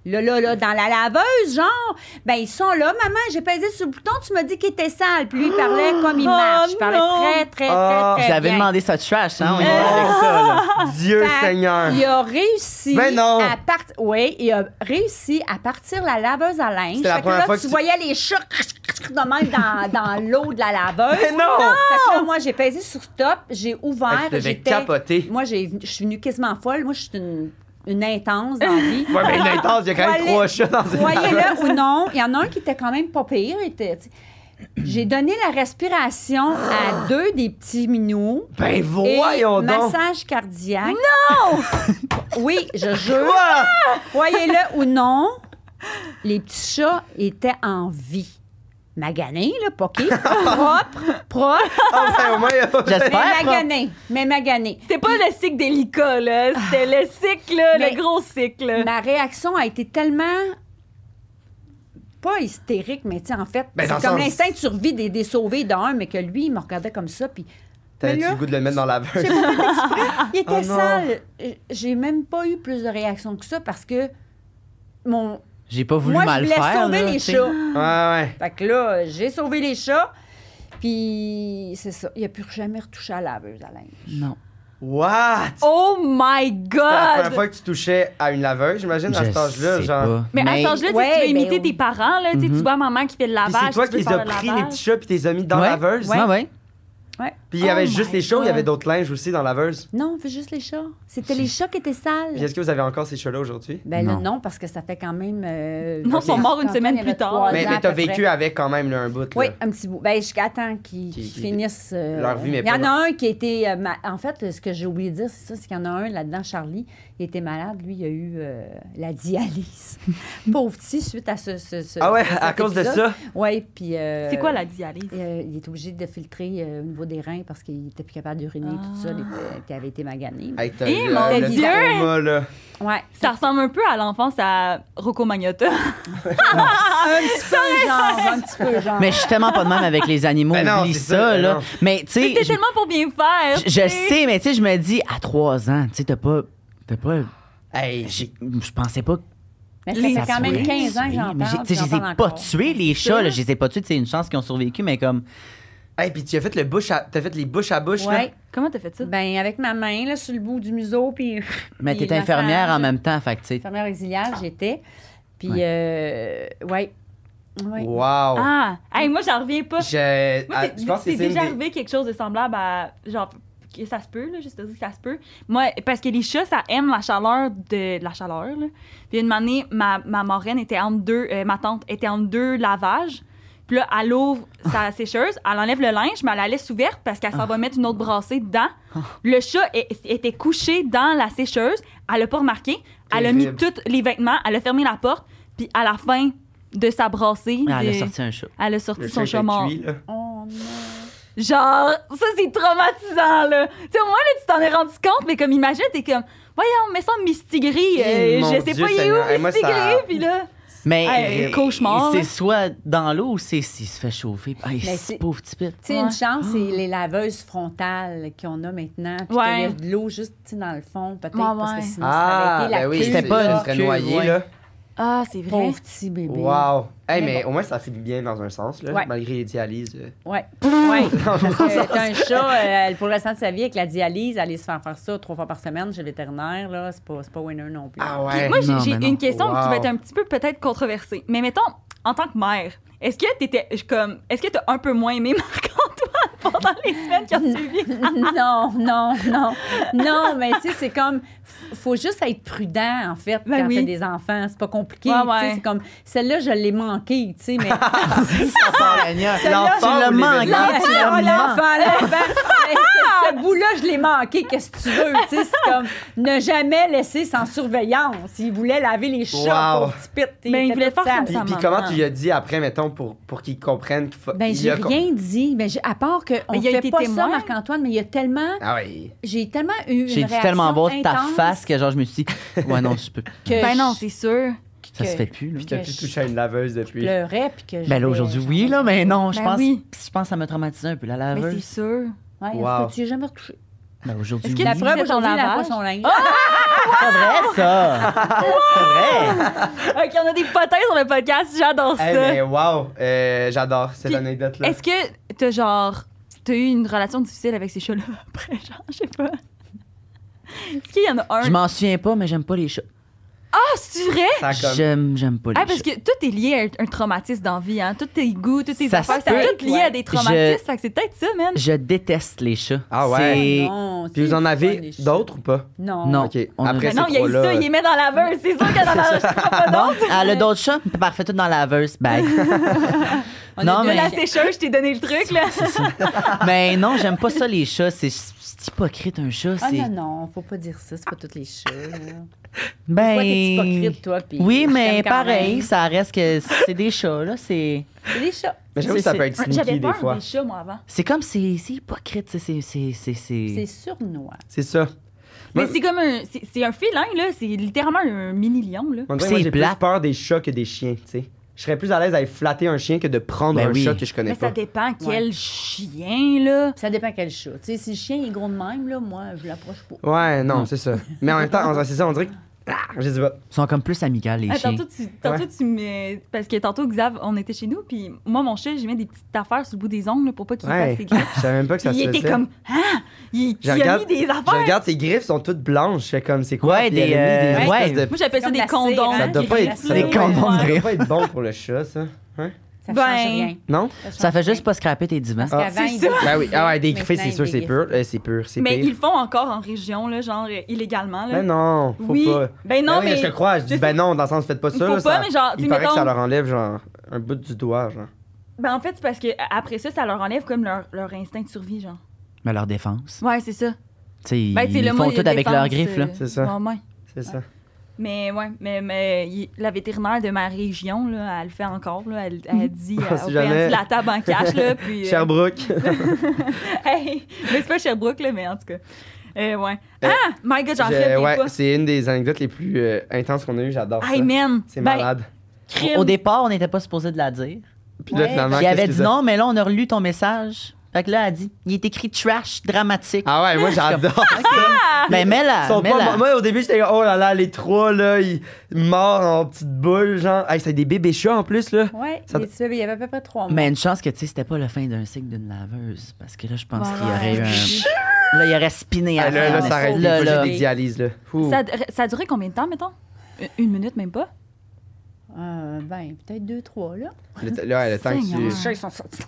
S4: Ben, là, là, là, là, là, dans la laveuse, genre. Ben, ils sont là, maman, j'ai pesé sur le bouton, tu m'as dit qu'il était sale. Puis lui, il parlait comme il
S2: Oh,
S4: marche. Il parlait
S2: non.
S4: très, très,
S1: Ah,
S4: très, très,
S3: Vous avez
S4: bien. Euh,
S3: demandé ça trash, hein? On y va avec ça, là.
S1: Dieu
S4: Fait
S1: Seigneur.
S4: Il a réussi
S1: Ben non.
S4: à partir. Oui, il a réussi à partir la laveuse à linge.
S1: C'était la
S4: Fait que
S1: première
S4: là,
S1: fois que
S4: tu
S1: tu-
S4: voyais les chats de même dans, dans l'eau de la laveuse.
S1: Ben non.
S4: Fait que là, moi, j'ai pesé sur stop, j'ai
S1: Fait que
S4: ouvert.
S1: tu devais
S4: j'étais-
S1: capoter.
S4: Moi, j'ai- je suis venue quasiment folle. Moi, je suis une, une intense dans la vie.
S1: Ouais, mais une intense, il y a quand même
S4: Croyez-
S1: trois chats dans une
S4: Croyez-le ou non, il y en a un qui était quand même pas pire. il était- tu sais. J'ai donné la respiration à deux des petits minous.
S1: Ben
S4: Et
S1: voyons donc.
S4: massage cardiaque. Non! oui, je jure.
S1: Quoi?
S4: Croyez-le ou non, les petits chats étaient en vie. Magané, là, poqué, propre, propre,
S1: Ah, ben, au moins, il y a pas-
S4: mais
S3: J'espère.
S4: magané, mais magané.
S2: C'était pas le cycle délicat, là. C'était le cycle, là,
S4: Mais-
S2: le gros cycle. là.
S4: Ma réaction a été tellement pas hystérique, mais tu sais, en fait,
S1: Ben, dans
S4: c'est comme
S1: le sens-
S4: l'instinct de survie des, des sauvés d'un, mais que lui, il me regardait comme ça, puis
S1: T'avais-tu
S4: là-
S1: le goût de le mettre dans la veuve?
S4: Il était
S1: Oh non.
S4: sale. J'ai même pas eu plus de réaction que ça parce que mon.
S3: J'ai pas voulu
S4: Moi, je
S3: mal
S4: voulais
S3: faire.
S4: sauver
S3: là,
S4: les
S3: tu sais.
S4: chats.
S1: Ouais, ouais.
S4: Fait que là, j'ai sauvé les chats. Puis c'est ça. Il a plus jamais retouché à la laveuse à linge.
S3: Non.
S1: What?
S2: Oh my
S1: C'est la première
S2: God!
S1: fois que tu touchais à une laveuse, j'imagine, à
S3: Je
S1: cet âge-là.
S3: sais
S1: Genre.
S3: pas.
S2: Mais à ce âge-là, tu sais,
S4: Ouais,
S2: tu veux
S4: ben
S2: imiter
S4: oui.
S2: tes parents, là. tu sais, Tu vois maman qui fait le
S1: Puis
S2: lavage.
S1: Mm-hmm. c'est toi
S2: tu veux
S1: qui les
S2: faire
S1: as
S2: le
S1: pris, les
S2: lavage.
S1: petits chats, puis t'es les as mis dans
S3: Ouais.
S1: la laveuse?
S3: Ouais, ouais.
S4: Ouais.
S1: Puis il y
S4: Oh
S1: avait
S4: my
S1: juste les chats ou il y avait
S4: God.
S1: d'autres linges aussi dans la laveuse?
S4: Non, on fait juste les chats. C'était les chats qui étaient sales.
S1: Puis est-ce que vous avez encore ces chats-là aujourd'hui?
S4: Ben là,
S3: Non.
S4: non, parce que ça fait quand même. euh,
S2: Non, ils sont
S4: Antoine
S2: morts une semaine
S4: avait
S2: plus tard.
S4: trois
S2: Mais-
S1: Mais,
S4: ans
S1: mais
S4: à
S1: t'as
S4: peu près.
S1: vécu avec quand même là, un bout.
S4: Oui,
S1: là.
S4: un petit bout. Ben, jusqu'à temps qu'ils
S1: Qui-
S4: qu'ils
S1: qui-
S4: finissent. euh,
S1: leur vie, mais
S4: Il y
S1: pas
S4: en a un qui a été. euh, ma- En fait, ce que j'ai oublié de dire, c'est ça c'est qu'il y en a un là-dedans, Charlie. Il était malade. Lui, il a eu euh, la dialyse. Pauvre petit, suite à ce. ce- ce-
S1: Ah ouais,
S4: cet
S1: à cause de
S4: épisode.
S1: ça?
S4: Oui, puis. euh,
S2: C'est quoi la dialyse?
S4: euh, il est obligé de filtrer euh, au niveau des reins parce qu'il n'était plus capable d'uriner et tout
S2: Ah.
S4: ça. Il, était- il avait été magané.
S1: Hey, t'as
S2: Eh,
S1: eu,
S2: mon
S1: euh, le
S2: Dieu!
S1: trauma, là.
S4: Ouais.
S2: Ça ressemble un peu à l'enfance à Rocco Magnotta.
S4: un petit peu, genre. Un petit peu, genre.
S3: Mais je suis tellement pas de même avec les animaux.
S1: Ben non,
S3: oublie
S1: c'est
S3: ça,
S1: ça, ben
S3: là.
S1: non.
S3: Mais tu sais,
S2: C'était
S3: je,
S2: tellement pour bien faire.
S3: je- je sais, mais tu sais, je me dis, à trois ans, tu sais, t'as pas. T'as pas.
S1: Hey,
S3: j'ai- Je pensais pas que
S4: Mais
S2: Les
S4: ça fait quand même
S3: pourrait
S4: 15 ans que
S3: tuer,
S4: j'en
S3: mais j'ai-
S4: parle.
S3: tu sais,
S4: j'en
S3: Je les
S4: parle
S3: ai pas
S4: encore.
S3: tués, les chats, là. Je les ai pas tués. C'est une chance qu'ils ont survécu, mais comme.
S1: hey, puis tu as fait, le bouche à... t'as fait les bouches à bouche, là.
S4: Ouais.
S2: Comment t'as fait ça?
S4: Ben, avec ma main, là, sur le bout du museau, puis.
S3: Mais
S4: puis
S3: t'es
S4: le
S3: infirmière en
S4: massage.
S3: même temps, fait que tu sais.
S4: Infirmière auxiliaire, j'étais. Puis, euh, ouais. Ouais.
S1: Wow.
S2: Ah, hey, moi, j'en reviens pas.
S1: Je...
S2: Moi,
S1: ah,
S2: c'est-
S1: je pense que
S2: c'est
S1: c'est une
S2: déjà
S1: des-
S2: arrivé quelque chose de semblable à. Genre, que ça se peut, là, juste dire que ça se peut. Moi, parce que les chats, ça aime la chaleur de de la chaleur, là. Puis une année, ma, ma marraine était entre deux, euh, ma tante était entre deux lavages. Puis là, elle ouvre sa sécheuse, elle enlève le linge, mais elle la laisse ouverte parce qu'elle s'en
S1: Ah.
S2: va mettre une autre brassée dedans. Le chat est- était couché dans la sécheuse, elle l'a pas remarqué, elle a mis
S1: Terrible.
S2: tous les vêtements, elle a fermé la porte, puis à la fin de sa brassée,
S3: Ah, Elle a
S2: de-
S3: sorti un chat.
S2: elle a sorti
S1: Le
S2: son
S1: chat
S2: chat
S1: était
S2: mort.
S1: cuit, là.
S4: Oh, non.
S2: Genre, ça, c'est traumatisant, là. Tu sais, au moins, là, tu t'en es rendu compte, mais comme imagine, t'es comme, voyons, mais ça, Misty Gris, euh,
S1: Eh, mon
S2: je sais
S1: Dieu,
S2: pas, il est
S1: Seigneur. Eh,
S2: où,
S1: moi,
S2: Misty
S1: ça-
S2: Gris, puis là.
S3: Mais
S2: Hey,
S3: euh,
S2: cauchemar, hein?
S3: C'est
S2: là.
S3: soit dans l'eau ou c'est s'il se fait chauffer. Hey,
S4: Mais
S3: c'est
S4: c'est-
S3: pauvre petit pit.
S4: Tu sais,
S2: Ouais.
S4: une chance, c'est les laveuses frontales qu'on a maintenant. Puis
S2: Ouais.
S4: qu'il y a de l'eau juste tu sais, dans le fond, peut-être,
S2: Ouais,
S4: parce
S2: ouais.
S4: que sinon, ça
S1: Ah,
S4: avait été
S1: ben
S4: la
S1: oui,
S4: queue,
S3: c'était
S1: c'est-
S3: pas
S1: tu
S3: une
S4: là.
S1: serais
S3: queue,
S1: noyé,
S3: ouais.
S1: là.
S2: Ah, c'est vrai.
S4: Pauvre petit bébé.
S1: Wow. Hey,
S4: Mais
S1: mais
S4: bon.
S1: au moins, ça fait bien dans un sens, là,
S4: Ouais.
S1: malgré les dialyses. euh.
S4: Ouais. ouais. Parce
S2: Euh,
S4: que t'as un chat, euh, elle, pour le restant de sa vie, avec la dialyse, aller se faire faire ça trois fois par semaine chez le vétérinaire, là, c'est pas, c'est pas winner non plus.
S1: Ah
S2: Puis
S1: ouais.
S2: moi, j'ai-
S3: Non,
S2: j'ai
S3: mais non.
S2: une question qui
S1: Wow.
S2: va être un petit peu peut-être controversée. Mais mettons, en tant que mère, est-ce que t'étais je- comme, est-ce que t'as un peu moins aimé Marc-Antoine pendant les semaines qui ont suivi?
S4: Ah, non, non, non. Non, mais tu sais, c'est comme. f- Faut juste être prudent, en fait,
S2: Ben
S4: quand
S2: oui.
S4: t'as des enfants. C'est pas compliqué.
S2: Ouais,
S4: tu sais,
S2: ouais. Ah,
S4: C'est comme. Celle-là, je l'ai manquée, tu sais, mais.
S3: L'enfant
S1: L'enfant
S3: tu l'as
S1: ou les événements?
S3: manqué, tu l'as
S4: L'enfant,
S3: manqué.
S4: l'enfant, l'enfant. Ben, Mais ce- ce bout-là, je l'ai manqué. Qu'est-ce que tu veux? Tu sais, c'est comme. Ne jamais laisser sans surveillance. Il voulait laver les chats
S1: Wow.
S4: pour petit pit.
S2: Ben, il
S4: était
S2: voulait
S4: tout
S2: faire comme
S4: sale.
S1: Puis,
S2: Ça
S1: puis
S2: m'en
S1: comment
S2: prend.
S1: tu lui as dit après, mettons, pour, pour qu'il comprenne qu'il faut.
S4: Ben,
S1: il
S4: j'ai
S1: a com-
S4: rien dit. Ben, j'ai- à part que on
S2: il a
S4: fait
S2: été
S4: pas
S2: témoin.
S4: ça, Marc-Antoine, mais il y a tellement,
S1: Ah oui.
S4: j'ai tellement eu une
S3: J'ai dû
S4: réaction
S3: tellement voir ta
S4: intense
S3: face que genre je me suis dit, ouais, non, je peux.
S1: Euh,
S4: que
S2: Ben non,
S4: je-
S2: c'est sûr.
S3: Ça
S4: que-
S3: se fait plus, là.
S1: Puis t'as
S4: que
S1: plus
S4: je-
S1: touché à une laveuse depuis.
S4: pleurais puis que
S3: Ben là, aujourd'hui, oui, là, mais non, je
S2: Ben
S3: pense.
S2: oui.
S3: Je pense que ça m'a traumatisé un peu, la
S2: Mais c'est
S3: laveuse.
S2: sûr.
S4: Ouais,
S1: Wow.
S4: est-ce que tu l'as jamais retouché?
S3: Ben aujourd'hui,
S2: Est-ce
S3: oui.
S2: que la
S3: C'est
S2: preuve-
S4: Après,
S2: faisais ton
S4: aujourd'hui, elle a pas
S2: lavage?
S4: son linge.
S3: pas vrai, ça. C'est pas vrai.
S2: OK, on a des potins sur le podcast, j'adore ça.
S1: Hey, Eh, mais wow, euh, j'adore cette
S2: Puis,
S1: anecdote-là.
S2: Est-ce que t'as genre t'as eu une relation difficile avec ces chats-là après, genre, je sais pas. Est-ce qu'il y en a un?
S3: Je m'en souviens pas, mais j'aime pas les chats.
S2: Ah, c'est vrai?
S1: Ça a comme-
S3: J'aime, j'aime pas les
S2: Ah,
S3: chats.
S2: parce que tout est lié à un, un traumatisme dans la vie, hein. Tous tes goûts, tous tes
S3: Ça
S2: affaires,
S3: se
S2: c'est
S3: peut.
S2: tout lié à des
S3: Ouais.
S2: traumatismes.
S3: Je-
S2: Fait que c'est peut-être ça, man.
S3: Je déteste les chats.
S1: Ah ouais.
S3: C'est-
S4: Non,
S1: Puis
S4: c'est
S1: vous en
S4: pas
S1: avez
S4: des chats.
S1: d'autres ou pas?
S4: Non.
S3: Non.
S1: Ok,
S3: on a-
S1: après
S2: Mais
S1: ces
S2: Ben non, il y a eu ça,
S1: trois-là.
S2: il les met dans la veuse. C'est sûr qu'elle en enregistrera pas
S3: Bon,
S2: d'autres.
S3: Ah,
S4: euh,
S3: elle a d'autres chats, parfait, tout dans la laveuse. Bye.
S4: On a
S3: Non,
S4: deux
S3: mais-
S2: De la sécheuse, je t'ai donné le truc, là.
S3: Mais non, j'aime pas ça, les chats. C'est c'est hypocrite, un chat.
S4: Ah
S3: c'est...
S4: non, non, faut pas dire ça, c'est pas toutes les chats. là.
S3: Ben.
S4: Toi, t'es hypocrite, toi. Puis
S3: Oui,
S4: je
S3: mais
S4: t'aime quand
S3: pareil,
S4: même.
S3: ça reste que c'est des chats, là. C'est,
S4: C'est des chats.
S1: Mais j'avoue que ça peut être
S2: J'avais
S1: sneaky des
S2: peur
S1: fois.
S2: des chats, moi, avant.
S3: c'est comme, c'est, c'est hypocrite, c'est, c'est, c'est, c'est,
S4: C'est
S3: c'est-
S4: surnois.
S1: C'est ça.
S2: Mais
S1: Moi-
S2: c'est comme un. c'est- C'est un félin, là. C'est littéralement un mini lion, là.
S1: On dirait
S3: Puis
S1: que moi,
S3: c'est
S1: j'ai
S3: plat.
S1: plus peur des chats que des chiens, tu sais. Je serais plus à l'aise à aller flatter un chien que de prendre
S3: Ben
S1: un
S3: oui.
S1: chat que je connais
S2: Mais ça
S1: pas.
S2: dépend quel chien, là.
S4: Ça dépend quel chat. Tu sais, si le chien est gros de même, là, moi, je l'approche pas.
S1: Ouais,
S3: Hmm.
S1: non, c'est ça. Mais en même temps, on- c'est ça, on dirait que. Ah, je sais pas.
S3: Ils sont comme plus amicales, les
S2: Ah,
S3: chiens.
S2: tantôt, tu, tantôt tu me. Parce que tantôt, Xav, on était chez nous, puis moi, mon chat, j'ai mis des petites affaires sur le bout des ongles là, pour pas qu'il fasse
S1: Ouais.
S2: ses
S1: Je
S2: griffes.
S1: savais même pas que
S2: Puis
S1: ça
S2: il
S1: se
S2: était
S1: faisait.
S2: comme. Ah! Il, il
S1: Je
S2: a
S1: regarde,
S2: mis des
S1: je
S2: affaires.
S1: regarde, ses griffes sont toutes blanches. Je fais comme, c'est quoi?
S3: Ouais,
S1: Puis elle
S3: des,
S1: a mis
S3: euh,
S1: espèces
S3: ouais.
S1: de-
S2: Moi, j'appelle ça
S4: Comme
S2: des
S4: la cire,
S2: condons.
S4: hein,
S1: Ça doit pas
S4: j'ai
S1: être.
S4: la
S1: Ça doit pas
S3: cire. Des
S1: être-
S3: condoms
S1: ça
S3: de
S1: doit
S3: griffes.
S1: pas être bon pour le chat, ça. Hein?
S4: Ça Ça
S2: Ben,
S4: change rien.
S1: Non?
S4: Ça,
S3: Ça
S4: change
S3: fait juste
S4: rien.
S3: pas scraper tes 10
S4: Parce
S3: mètres.
S4: qu'avant,
S2: c'est
S4: ils-
S2: ça.
S1: Ben oui, ah ouais, dégriffer,
S4: Maintenant,
S1: c'est sûr,
S4: ils
S1: c'est pur. Euh, c'est pur, c'est
S2: Mais ils
S1: pire.
S2: le font encore en région, là, genre euh, illégalement. Là.
S1: Ben non, faut
S2: oui.
S1: pas.
S2: Ben
S1: Ben
S2: non,
S1: oui,
S2: mais.
S1: je te crois, je dis
S2: je
S1: ben non, dans le sens, faites pas ça.
S2: Faut
S1: là,
S2: pas,
S1: ça-
S2: mais genre, tu
S1: Il
S2: sais,
S1: paraît que ça
S2: mettons-
S1: leur enlève, genre, un bout du doigt, genre.
S2: Ben en fait, c'est parce que a- après ça, ça leur enlève comme leur, leur instinct de survie, genre.
S4: Ah.
S3: Mais leur défense.
S2: Ouais, c'est ça.
S3: Tu sais,
S2: Ben, tu sais,
S3: ils
S2: le
S3: font
S2: mot,
S3: tout avec
S2: défense,
S3: leurs griffes, là.
S2: euh,
S1: C'est ça.
S2: ouais, ouais.
S1: C'est ça.
S2: Mais ouais, mais, mais il- la vétérinaire de ma région, là, elle le fait encore. Là, elle, elle dit, euh,
S1: On
S2: elle
S1: sait
S2: a
S1: Ah, jamais.
S2: perdu la table en cash. Là, puis, euh,
S1: Sherbrooke.
S2: hey, mais c'est pas Sherbrooke, là, mais en tout cas. Euh, ouais.
S1: Euh,
S2: ah, my God, j'en
S1: Je-
S2: reviens
S1: ouais,
S2: pas.
S1: c'est une des anecdotes les plus euh, intenses qu'on a eues, j'adore ça.
S2: Hey, man.
S1: C'est
S2: ben,
S1: malade.
S2: crime.
S4: euh,
S3: Au départ, on n'était pas supposé de la dire.
S1: Puis là,
S4: Ouais.
S1: finalement,
S3: Puis elle
S1: qu'est-ce
S3: avait
S1: qu'ils
S3: dit
S1: ont-
S3: non, mais là, on a relu ton message. Fait que là, elle a dit, il est écrit trash, dramatique.
S1: Ah ouais, moi j'adore.
S3: Mais Ben, mets-la,
S1: Ils sont pas-
S3: mets-la.
S1: Moi au début j'étais comme, oh là là, les trois là, ils morts en petite boule, genre. Hey, c'est des bébés chats en plus là.
S4: Ouais,
S1: Ça-
S4: les petits bébés, il y avait à peu près trois mois.
S3: Mais une chance que, tu sais, c'était pas la fin d'un cycle d'une laveuse. Parce que là, je pense
S2: Bon,
S3: qu'il y aurait eu
S2: ouais.
S3: un... Là, il aurait spiné à
S1: Ah, là,
S3: la
S1: là,
S3: fin.
S1: ça arrête.
S3: Là,
S1: Là,
S3: là.
S1: des dialyses là. Ouh.
S2: Ça, ça a duré combien de temps, mettons? Une minute, même pas?
S4: Euh, ben, peut-être deux, trois, là.
S1: Le, t- là, le temps que
S2: Seigneur.
S1: tu.
S4: Les
S3: Ah.
S4: chats, ils sont sortis.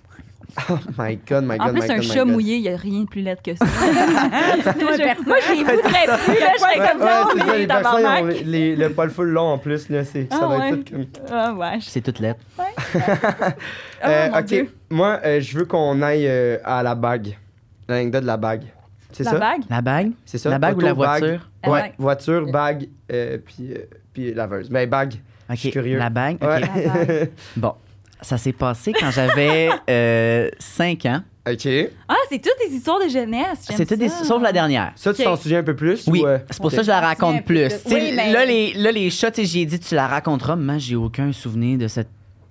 S1: Oh my god, my god,
S2: en plus,
S1: my
S2: un
S1: god,
S2: chat
S1: my god.
S2: mouillé, il n'y a rien de plus laid que ça. Je- moi, j'ai vu plus, là, je
S1: Ouais,
S2: serais comme
S1: ouais,
S2: ça,
S1: c'est ça,
S2: mais
S1: les personnes,
S2: tabarnak.
S1: ils ont les- les- le poil full long en plus, là, c'est, ça
S2: Ah
S1: doit être
S2: ouais.
S1: tout comme...
S2: Ah, wesh.
S3: C'est toute lettre.
S2: Ah,
S1: Euh,
S2: mon
S1: ok,
S2: Dieu.
S1: moi, euh, je veux qu'on aille euh, à la bague. L'anecdote de la bague. C'est
S2: La
S1: ça?
S2: bague?
S3: La bague?
S1: C'est ça?
S3: La bague ou la
S1: Auto, bague.
S3: voiture?
S4: La
S1: Ouais,
S4: bague.
S1: voiture, bague, euh, puis, euh, puis laveuse. Mais bague.
S3: OK,
S1: suis curieux.
S3: la bague. OK.
S1: Ouais.
S2: La bague.
S3: Bon, ça s'est passé quand j'avais 5 ans.
S1: ok.
S2: Ah, c'est toutes des histoires de jeunesse. j'aime
S3: C'était des...
S2: ça.
S3: Sauf la dernière.
S1: Ça, tu
S2: Ok.
S1: t'en souviens un peu plus?
S3: Oui,
S1: ou, euh,
S3: c'est pour
S1: ok.
S3: ça que je la raconte
S4: Tiens, plus
S3: plus.
S4: de-
S3: Tu sais,
S4: Oui, mais-
S3: là, les, là, les chats, tu sais, j'y ai dit, tu la raconteras, mais j'ai aucun souvenir de cette,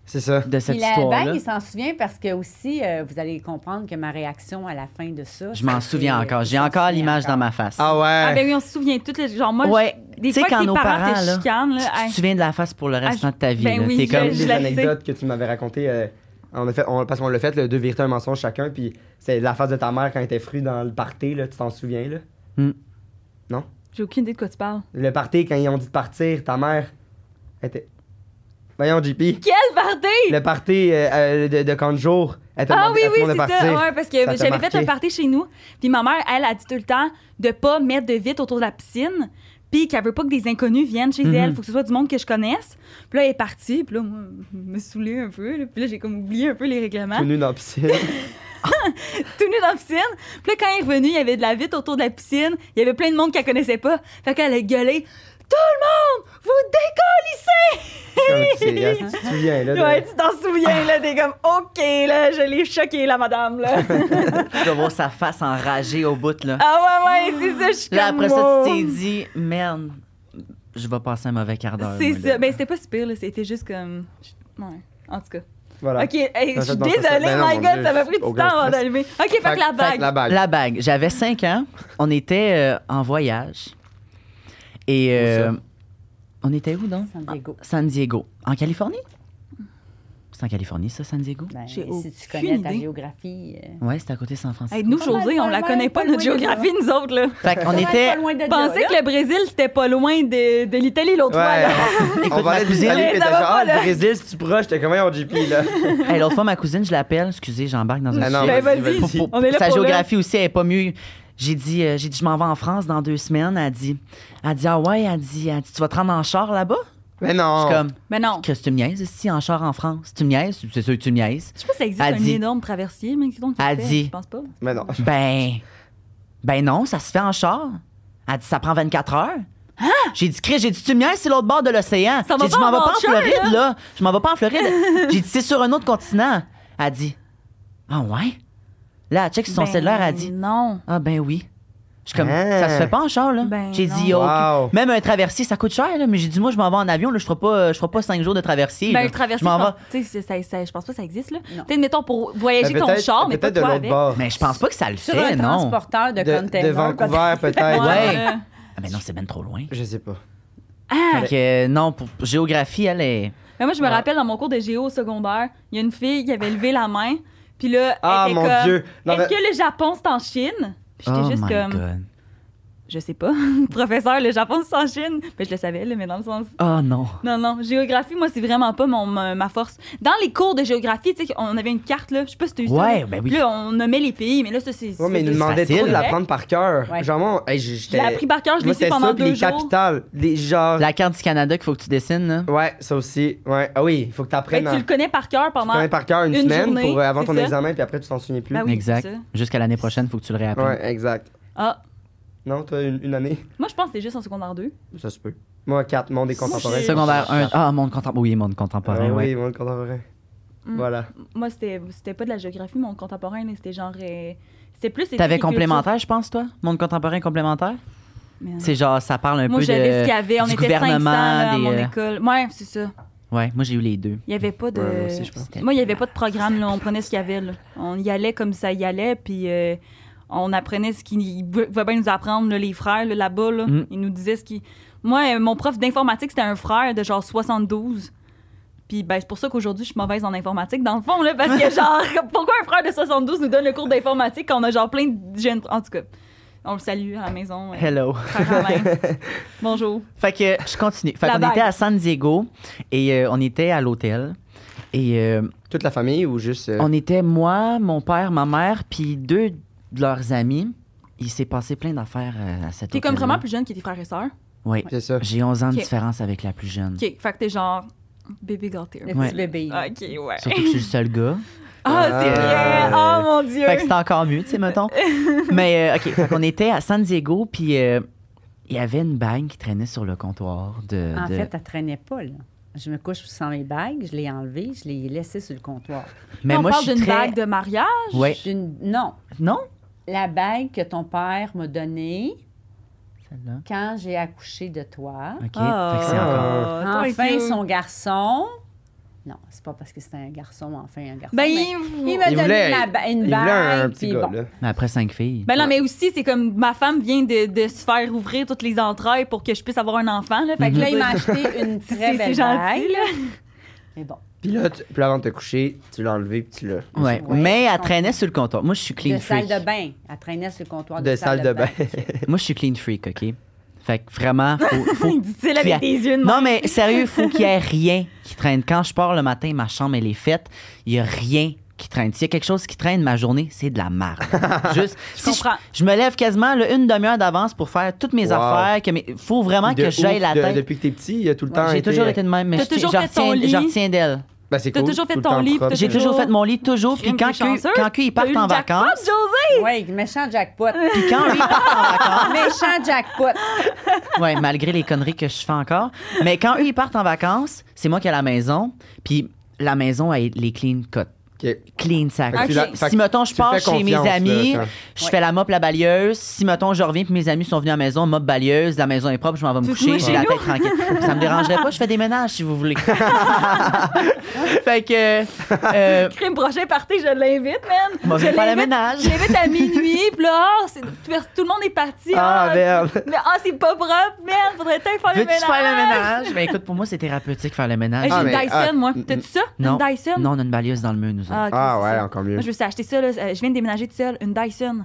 S1: C'est ça.
S3: de
S4: Puis
S3: cette
S4: la
S3: histoire-là.
S4: bague, il s'en souvient parce que aussi, euh, vous allez comprendre que ma réaction à la fin de ça.
S3: Je m'en souviens encore. J'ai encore l'image dans ma face.
S1: Ah
S2: Ah,
S1: ouais.
S2: ben oui, on se souvient toutes. les- Genre, moi,
S3: Ouais,
S2: je- des
S3: tu sais,
S2: fois que
S3: quand
S2: tes
S3: nos
S2: parents
S3: parents, là,
S2: te chicanent,
S3: Tu
S2: là,
S3: tu
S2: hey,
S3: te souviens de la face pour le restant
S2: Ah,
S3: de ta vie.
S2: ben
S3: là.
S2: oui,
S3: T'es
S2: je-
S3: comme...
S1: Une
S2: je
S1: des
S2: la sais.
S1: anecdotes que tu m'avais racontées, euh, on a fait, on- parce qu'on l'a fait, le deux vérités, un mensonge chacun, puis c'est la face de ta mère quand elle était frue dans le party, là, tu t'en souviens, là?
S2: j'ai aucune idée de quoi tu parles.
S1: Le party, quand ils ont dit de partir, ta mère était. Voyons, JP.
S2: Quelle party!
S1: Le party euh, euh, de, de quand jour, elle t'a
S2: Ah
S1: demandé
S2: oui,
S1: à tout
S2: oui,
S1: le monde de
S2: c'est
S1: partir.
S2: ça. Ouais, parce que
S1: Ça t'a
S2: j'avais fait
S1: marqué.
S2: un party chez nous. Puis ma mère, elle, a dit tout le temps de pas mettre de vitre autour de la piscine. Puis qu'elle veut pas que des inconnus viennent chez
S3: Mhm.
S2: elle. Faut que ce soit du monde que je connaisse. Puis là, elle est partie. Puis là, moi, je me saoulais un peu. là. Puis là, j'ai comme oublié un peu les règlements.
S1: Tout nu dans la piscine.
S2: tout nu dans la piscine. Puis là, quand elle est revenue, il y avait de la vitre autour de la piscine. Il y avait plein de monde qu'elle connaissait pas. Fait qu'elle a gueulé Tout le monde, vous
S1: Comme tu sais, là, tu te souviens, là. de-
S2: décollissez! Ouais, tu t'en souviens, là. T'es comme OK, là, je l'ai choqué, la madame, là.
S3: Tu dois voir sa face enragée au bout, là.
S2: ah ouais, ouais, c'est ça, je suis
S3: Là,
S2: comme,
S3: après ça, tu
S2: wow.
S3: t'es dit, merde, je vais passer un mauvais quart d'heure.
S2: C'est
S3: moi,
S2: ça.
S3: là.
S2: Ben, c'était pas super, là. C'était juste comme. Ouais. En tout cas.
S1: Voilà.
S2: OK, hey,
S1: Ça,
S2: je suis
S1: ça, bon, ça, ça-
S2: désolée,
S1: ben non,
S2: my
S1: mon
S2: God,
S1: Dieu,
S2: ça m'a pris du temps
S1: aucun
S2: avant
S1: stress.
S2: d'allumer. OK, fait, que la
S1: fait
S2: bague.
S1: que la bague.
S3: La bague. J'avais 5 ans. On était euh, en voyage. Et euh,
S1: Où ça?
S3: on était où donc?
S4: San Diego.
S3: Ah, San Diego. En Californie? C'est en Californie, ça, San Diego?
S4: Ben,
S2: J'ai
S4: si tu
S2: aucune
S4: connais ta
S2: idée.
S4: géographie. euh,
S3: Ouais, c'était à côté de San Francisco.
S2: Hey, nous,
S4: Pas mal,
S2: José, on
S4: pas
S2: la
S4: mal,
S2: connaît pas,
S4: pas
S2: notre
S4: loin de là.
S2: géographie, nous autres, là.
S3: Fait qu'on
S4: pas mal
S3: était.
S4: pas loin de là,
S2: pensais
S4: là.
S2: que le Brésil, c'était pas loin de, de l'Italie l'autre fois,
S1: Ouais.
S2: là.
S1: on
S3: Écoute,
S1: parlait
S3: ma
S1: de
S3: cousine,
S1: l'Italie,
S2: Mais
S1: puis
S2: ça
S1: t'as
S2: va
S1: genre,
S2: pas,
S1: ah, le
S2: là.
S1: Brésil, si tu proches, t'es comme, voyons, JP, là.
S3: Hey, l'autre fois, ma cousine, je l'appelle. Excusez, j'embarque dans un
S1: Ah non,
S2: Ben,
S3: sujet.
S2: vas-y,
S1: vas-y,
S3: Pour-
S1: vas-y.
S3: pour-
S2: On est là
S3: sa
S2: pour
S3: géographie aussi, elle est pas mieux. J'ai dit, euh, j'ai dit, je m'en vais en France dans deux semaines. Elle dit, elle dit, ah ouais, elle dit, elle dit, tu vas te rendre en char là-bas?
S1: Mais
S3: Je
S1: non.
S3: suis comme,
S2: Mais non.
S3: que tu me niaises ici en char en France? Tu me niaises? C'est sûr que tu me niaises.
S2: Je sais pas si ça existe
S3: Elle
S2: un
S3: dit-
S2: énorme traversier, mais qui donc
S3: Elle dit-
S2: Je pense pas.
S1: Mais non.
S3: Ben, ben non, ça se fait en char. Elle dit, ça prend 24 heures. J'ai dit, Chris, j'ai dit, tu me niaises, c'est l'autre bord de l'océan.
S2: Hein? Ça va
S3: J'ai dit,
S2: pas
S3: je m'en vais
S2: en
S3: pas en
S2: Venture,
S3: Floride, là. Je m'en vais pas en Floride. j'ai dit, c'est sur un autre continent. Elle dit, ah ouais? Là, elle check sur son
S2: Ben,
S3: cellulaire, elle dit,
S2: Non.
S3: ah ben oui. Je suis comme,
S1: Ah.
S3: ça se fait pas en char, là.
S2: Ben
S3: j'ai
S2: non.
S3: dit, y a aucun-
S1: Wow.
S3: même un traversier, ça coûte cher, là. Mais j'ai dit, moi, je m'en vais en avion, là. Je ferai pas, je ferai pas cinq jours de traversier.
S2: Ben,
S3: là.
S2: le traversier,
S3: Je m'en
S2: je
S3: vais.
S2: pense, tu sais, ça- ça- je pense pas que ça existe, là.
S4: Non.
S2: Peut-être, mettons, pour voyager
S1: Ben,
S2: ton
S1: peut-être-
S2: char, mais pas
S1: peut-être de
S2: toi
S1: l'autre
S2: avec.
S1: bord.
S3: Mais je pense pas que ça le
S4: Sur
S3: fait,
S4: un
S3: non.
S4: transporteur de,
S1: De,
S4: container.
S1: de Vancouver, peut-être.
S2: Ouais.
S3: Ouais. Ah, ben non, c'est ben trop loin.
S1: Je sais pas.
S3: Fait que, euh, non, pour géographie, elle est.
S2: Ah! Mais moi, je me
S1: Ouais.
S2: rappelle dans mon cours de géo au secondaire, il y a une fille qui avait levé la main, puis là, elle
S1: Ah,
S2: était
S1: mon
S2: comme,
S1: Dieu. Non,
S2: Est-ce
S1: mais- Oh
S2: que le Japon, c'est en Chine? Puis j'étais juste comme,
S3: Oh God.
S2: je sais pas, professeur, le Japon, c'est en Chine. Ben, je le savais, là, mais dans le sens.
S3: Oh non.
S2: Non, non, géographie, moi, c'est vraiment pas mon, ma, ma force. Dans les cours de géographie, tu sais, on avait une carte, là, je sais pas si t'as eu ça.
S3: Ouais,
S2: là.
S3: ben oui.
S2: Puis Là, on nommait les pays, mais là, ça, c'est.
S1: Ouais, mais ils nous
S2: c'est-
S1: demandaient
S3: facile.
S1: trop de l'apprendre par cœur.
S4: Ouais.
S1: Genre, moi, hey, j- j'étais.
S2: Je l'ai appris par cœur, je l'ai
S1: Moi,
S2: su
S1: c'était
S2: pendant
S1: ça, puis
S2: deux
S1: les
S2: jours.
S1: capitales. Les, genre.
S3: La carte du Canada qu'il faut que tu dessines, là.
S1: Ouais, ça aussi. Ouais. Ah oui, il faut que
S2: Fait
S1: t'apprennes
S2: que
S1: à-
S2: Ben, tu le connais par cœur
S1: tu
S2: pendant.
S1: connais par cœur une,
S2: une
S1: semaine
S2: journée,
S1: pour, euh, avant
S2: c'est
S1: ton
S2: ça.
S1: examen, puis après, tu t'en souviens plus.
S2: Ben oui,
S3: exact.
S2: c'est ça.
S3: Jusqu'à l'année prochaine, faut que tu le réapprennes.
S1: Ouais, exact.
S2: Ah,
S1: Non, toi, une, une année
S2: moi, je pense que c'est juste en secondaire 2.
S1: Ça se peut. Moi, quatre, monde et contemporain.
S2: j'ai-
S3: Secondaire 1. Ah, monde contemporain. Oui, monde contemporain,
S1: Ah Oui,
S3: ouais.
S1: monde contemporain.
S2: Mm.
S1: Voilà.
S2: Moi, c'était c'était pas de la géographie, mon contemporain, mais c'était genre. euh, C'était plus.
S3: T'avais
S2: éthique et
S3: complémentaire, je pense, toi? Monde contemporain complémentaire?
S2: culture. Mais non.
S3: C'est genre, ça parle un
S2: Moi,
S3: peu de...
S2: j'avais ce qu'il y avait. On
S3: du
S2: était 500 là, à
S3: gouvernement,
S2: mon
S3: des, euh,
S2: école. Ouais, c'est ça.
S3: Ouais, moi, j'ai eu les deux.
S2: Il y avait pas de.
S1: Ouais, moi aussi, je pense.
S2: Moi, il n'y avait pas de programme, là. on prenait ce qu'il y avait. là. On y allait comme ça y allait, puis euh, on apprenait ce qu'ils vou- voulaient bien nous apprendre, là, les frères là, là-bas. Là,
S3: Mm.
S2: Ils nous disaient ce qui. Moi, euh, mon prof d'informatique, c'était un frère de genre 72. Puis ben, c'est pour ça qu'aujourd'hui, je suis mauvaise en informatique, dans le fond, là, parce que genre, pourquoi un frère de 72 nous donne le cours d'informatique quand on a genre plein de jeunes. En tout cas, on le salue à la maison. euh,
S3: Hello.
S2: frère Alain. Bonjour.
S3: Fait que je continue. Fait
S2: La
S3: qu'on
S2: bague.
S3: était à San Diego et euh, on était à l'hôtel. Et euh,
S1: Toute la famille ou juste. euh,
S3: on était moi, mon père, ma mère, puis deux de leurs amis. Il s'est passé plein d'affaires euh, à cet
S2: T'es
S3: hôtel.
S2: comme vraiment plus jeune que tes frères et sœurs.
S3: Oui.
S1: C'est ça.
S3: J'ai 11 ans de
S2: Ok.
S3: différence avec la plus jeune.
S2: OK, fait que t'es genre bébé gâté.
S4: Le
S3: Ouais.
S4: petit bébé. là.
S2: OK, ouais.
S3: Surtout que je suis le seul gars.
S2: Ah, c'est
S1: Ah.
S2: vrai! Oh mon Dieu!
S3: Fait que c'était encore mieux, tu sais, mettons. Mais, euh, OK, fait qu'on était à San Diego, puis euh, il y avait une bague qui traînait sur le comptoir de...
S4: En
S3: de-
S4: fait, elle traînait pas, là. Je me couche sans mes bagues, je l'ai enlevée, je l'ai laissée sur le comptoir.
S3: mais
S2: on
S3: moi,
S2: parle
S3: je
S2: d'une
S3: suis très...
S2: bague de mariage.
S3: Ouais.
S4: J'ai une- Non,
S3: Non?
S4: la bague que ton père m'a donnée
S3: Celle-là.
S4: quand j'ai accouché de toi.
S3: OK,
S2: Ah,
S3: fait que c'est encore...
S2: trop
S4: Enfin,
S2: cute.
S4: son garçon. Non, c'est pas parce que c'était un garçon, enfin un garçon.
S2: Ben,
S4: mais
S2: il-
S4: il m'a
S1: Il
S4: donné
S1: voulait,
S4: la ba- une
S1: il voulait
S4: bague.
S1: un, petit
S4: puis
S1: gars,
S4: bon.
S1: là.
S3: Mais après cinq filles.
S2: ben non, mais aussi, c'est comme ma femme vient de, de se faire ouvrir toutes les entrailles pour que je puisse avoir un enfant. Là, fait
S3: Mhm.
S4: Fait
S2: que
S4: que là,
S2: là,
S4: il m'a acheté une très
S2: c'est
S4: belle
S2: gentil,
S4: bague.
S2: là.
S4: Mais bon,
S1: Puis là, tu- puis avant de te coucher, tu l'as enlevé, puis tu l'as.
S3: Ouais.
S4: Ouais.
S3: Mais elle traînait sur le comptoir. Moi, je suis clean
S4: de salle
S3: freak.
S4: de bain. Elle traînait sur le comptoir de,
S1: De salle de bain.
S3: Moi, je suis clean freak, OK? Fait que vraiment, faut. faut...
S2: Dit-il avec
S3: Claire.
S2: des yeux de
S3: non, mais sérieux, faut qu'il y ait rien qui traîne. Quand je pars le matin, ma chambre, elle est faite. Il y a rien qui traîne. S'il y a quelque chose qui traîne ma journée, c'est de la merde. Juste.
S2: Je
S3: si
S2: comprends.
S3: Je me lève quasiment là, une demi-heure d'avance pour faire toutes mes
S1: Wow.
S3: affaires. Que mes... Faut vraiment
S1: De
S3: que j'aille
S1: où-
S3: la
S1: de-
S3: tête.
S1: depuis que t'es petit, il y a tout le temps.
S3: J'ai
S1: été- euh,
S3: toujours été de même, mais
S2: T'as
S3: je, tiens-
S2: toujours
S3: je
S2: fait ton
S3: retiens,
S2: lit.
S3: je retiens d'elle.
S1: Ben, c'est
S2: T'as
S1: cool,
S2: toujours fait
S1: tout le
S2: ton
S1: temps
S2: lit,
S1: propre.
S2: puis
S3: J'ai toujours
S2: Toujours.
S3: fait mon lit, toujours. Puis quand, que- quand qu'ils partent en vacances,
S2: José!
S4: Oui, méchant jackpot.
S3: puis quand lui part en vacances,
S4: méchant jackpot.
S3: Ouais, malgré les conneries que je fais encore. Mais quand eux, ils partent en vacances, c'est moi qui ai la maison. Puis la maison, elle, les clean cut.
S1: Ok.
S3: Clean sac.
S1: Fait que tu la- fait que
S3: Si, mettons, je
S1: tu
S3: pars
S1: fais
S3: chez mes
S1: confiance, là,
S3: amis,
S1: quand-
S3: je
S4: Ouais.
S3: fais la mop, la balieuse. Si, mettons, je reviens, puis mes amis sont venus à la maison, mop, balieuse, la maison est propre, je m'en vais me
S2: Tu te
S3: coucher,
S2: mets
S3: j'ai
S2: chez
S3: la
S2: nous?
S3: tête tranquille. Ça me dérangerait pas, je fais des ménages, si vous voulez. fait que. euh,
S2: Crime prochain party, je l'invite, man.
S3: Moi, je vais faire le
S2: l'invite-
S3: ménage.
S2: Je l'invite à minuit, puis là, ah, c'est- tout le monde est parti.
S1: Ah,
S3: ben,
S1: merde.
S2: Mais ah, c'est pas propre, merde, faudrait peut-être faire le
S3: Veux-tu
S2: ménage.
S3: faire le ménage? Ben écoute, pour moi, c'est thérapeutique faire le ménage.
S2: J'ai
S1: Ah,
S2: une
S1: mais-
S2: Dyson,
S1: ah,
S2: moi.
S1: mm,
S2: T'as-tu ça?
S3: non,
S2: Une Dyson?
S3: non, on a une balieuse dans le mur, nous autres.
S2: ok,
S1: Ah
S2: c'est
S1: ouais,
S2: ça.
S1: encore mieux.
S2: Moi, je me suis acheté ça, là. Euh, je viens de déménager toute seule, une Dyson.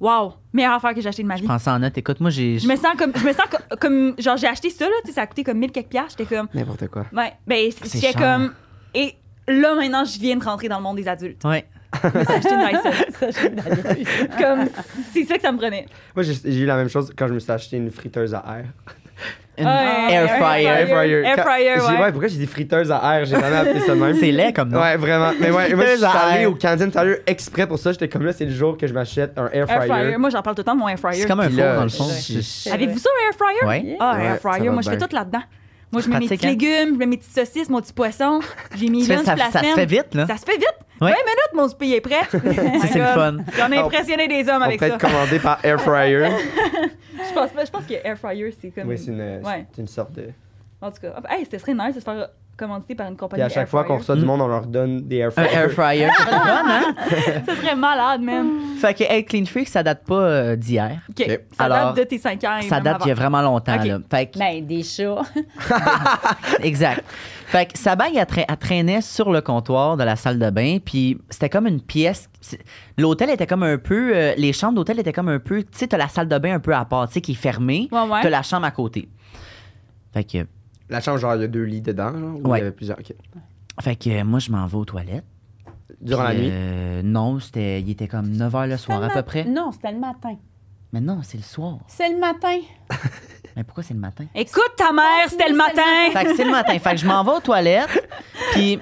S2: Wow! Meilleure affaire que j'ai achetée de ma vie.
S3: Pensez en note, écoute, moi, j'ai.
S2: Je me sens comme. Je me sens co- comme. Genre, j'ai acheté ça, là. Tu sais, ça a coûté comme 1000 quelques piastres. J'étais comme.
S1: N'importe quoi.
S2: Ouais. Ben, c-
S3: C'est
S2: j'étais
S3: cher.
S2: comme. Et là, maintenant, je viens de rentrer dans le monde des adultes.
S3: Ouais.
S2: Je me suis acheté une Dyson.
S4: Ça, j'ai de la gueule.
S2: comme. C'est ça que ça me prenait.
S1: Moi, j'ai j'ai eu la même chose quand je me suis acheté une friteuse à air.
S3: Une
S2: Ah, Ouais,
S3: air
S2: air
S3: fryer.
S2: fryer. Air
S1: Quand-
S2: fryer,
S1: j'ai-
S2: ouais.
S1: pourquoi j'ai dit friteuse à air? J'ai jamais appelé ça de même.
S3: C'est laid comme nom.
S1: Ouais, vraiment. Mais ouais, moi, je
S3: Friteuse
S1: suis
S3: à
S1: allé
S3: air.
S1: au Canadian Tire exprès pour ça. J'étais comme là, c'est le jour que je m'achète un air
S2: Air
S1: fryer.
S2: fryer. Moi, j'en parle tout le temps de mon air fryer.
S3: C'est comme un
S1: Puis
S3: four
S1: là,
S3: dans le fond.
S1: j'ai-
S3: C'est-
S2: Avez-vous ça, un air fryer?
S3: Ouais.
S2: Ah,
S1: Ouais,
S2: air
S1: ça
S2: fryer.
S1: va
S2: Moi, je fais
S1: bien.
S2: tout là-dedans. Moi, je mets mes
S3: Pratique,
S2: petits
S3: hein?
S2: légumes, je mets mes petites saucisses, mon petit poisson. J'ai mis
S3: Tu fais-
S2: une
S3: ça, ça se fait vite, là.
S2: Ça se fait vite.
S3: Ouais.
S2: 20 minutes, mon souper est prêt. Ça,
S3: c'est le fun.
S2: J'en ai impressionné des hommes
S1: On
S2: avec
S1: peut
S2: ça.
S1: être commandé par air fryer.
S2: Je, pense, pas- je pense que air fryer, c'est comme.
S1: oui, c'est une,
S2: Ouais.
S1: c'est une sorte de.
S2: En tout cas, hey, c'était serait nice de se faire commandité par une compagnie.
S1: Puis à chaque
S2: air
S1: fois qu'on
S2: fryer.
S1: reçoit du monde, on leur donne des air
S3: Un
S1: fryers.
S3: air fryer. C'est pas le fun, hein?
S2: Ça serait malade, même.
S3: Fait que être clean freak, ça date pas euh, d'hier.
S2: OK. Ça
S3: Alors,
S2: date de tes 5 ans. et
S3: Ça
S2: même
S3: date
S2: avant.
S3: il y a vraiment longtemps.
S2: Ok.
S3: Là. Fait que-
S4: Ben, des chats.
S3: exact. Fait que sa bague, elle, trai- elle traînait sur le comptoir de la salle de bain, puis c'était comme une pièce. c'est- L'hôtel était comme un peu. euh, les chambres d'hôtel étaient comme un peu. Tu sais, t'as la salle de bain un peu à part, tu sais, qui est fermée.
S2: Ouais, ouais.
S3: T'as la chambre à côté. Fait que,
S1: La chambre, genre, il y a deux lits dedans, genre, ou
S3: Ouais.
S1: il y avait plusieurs. ok.
S3: fait que euh, moi, je m'en vais aux toilettes.
S1: Durant la
S3: Puis,
S1: nuit.
S3: euh, non, c'était, il était comme 9 h le soir à
S4: C'était le
S3: peu
S4: mat-
S3: près.
S4: Non, c'était le matin.
S3: Mais non, c'est le soir.
S4: C'est le matin.
S3: Mais pourquoi c'est le matin?
S2: Écoute ta mère, c'était le matin.
S3: Fait que c'est le matin. Fait que je m'en vais aux toilettes, puis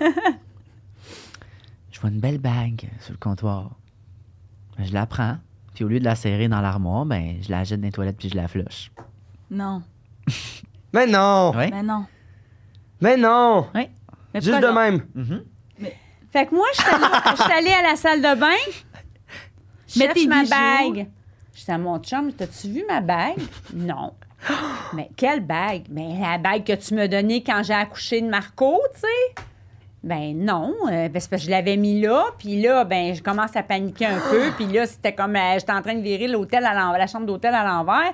S3: je vois une belle bague sur le comptoir. Ben, Je la prends, puis au lieu de la serrer dans l'armoire, ben, je la jette dans les toilettes puis je la flush.
S2: Non,
S1: Mais non!
S3: Ouais.
S2: mais non.
S1: Mais non!
S3: Ouais.
S2: Mais
S1: Juste de
S2: pourquoi non?
S1: même.
S3: Mhm.
S4: Fait que moi, je suis allée- je suis allée à la salle de bain. Je
S2: Mets
S4: cherche
S2: tes
S4: ma
S2: bijoux.
S4: bague. J'étais à mon chum, t'as-tu vu ma bague? Non. Mais quelle bague? Mais la bague que tu m'as donnée quand j'ai accouché de Marco, tu sais? Ben non, euh, ben, c'est parce que je l'avais mis là, puis là, ben je commence à paniquer un peu, puis là, c'était comme, euh, j'étais en train de virer l'hôtel à l'envers, la chambre d'hôtel à l'envers.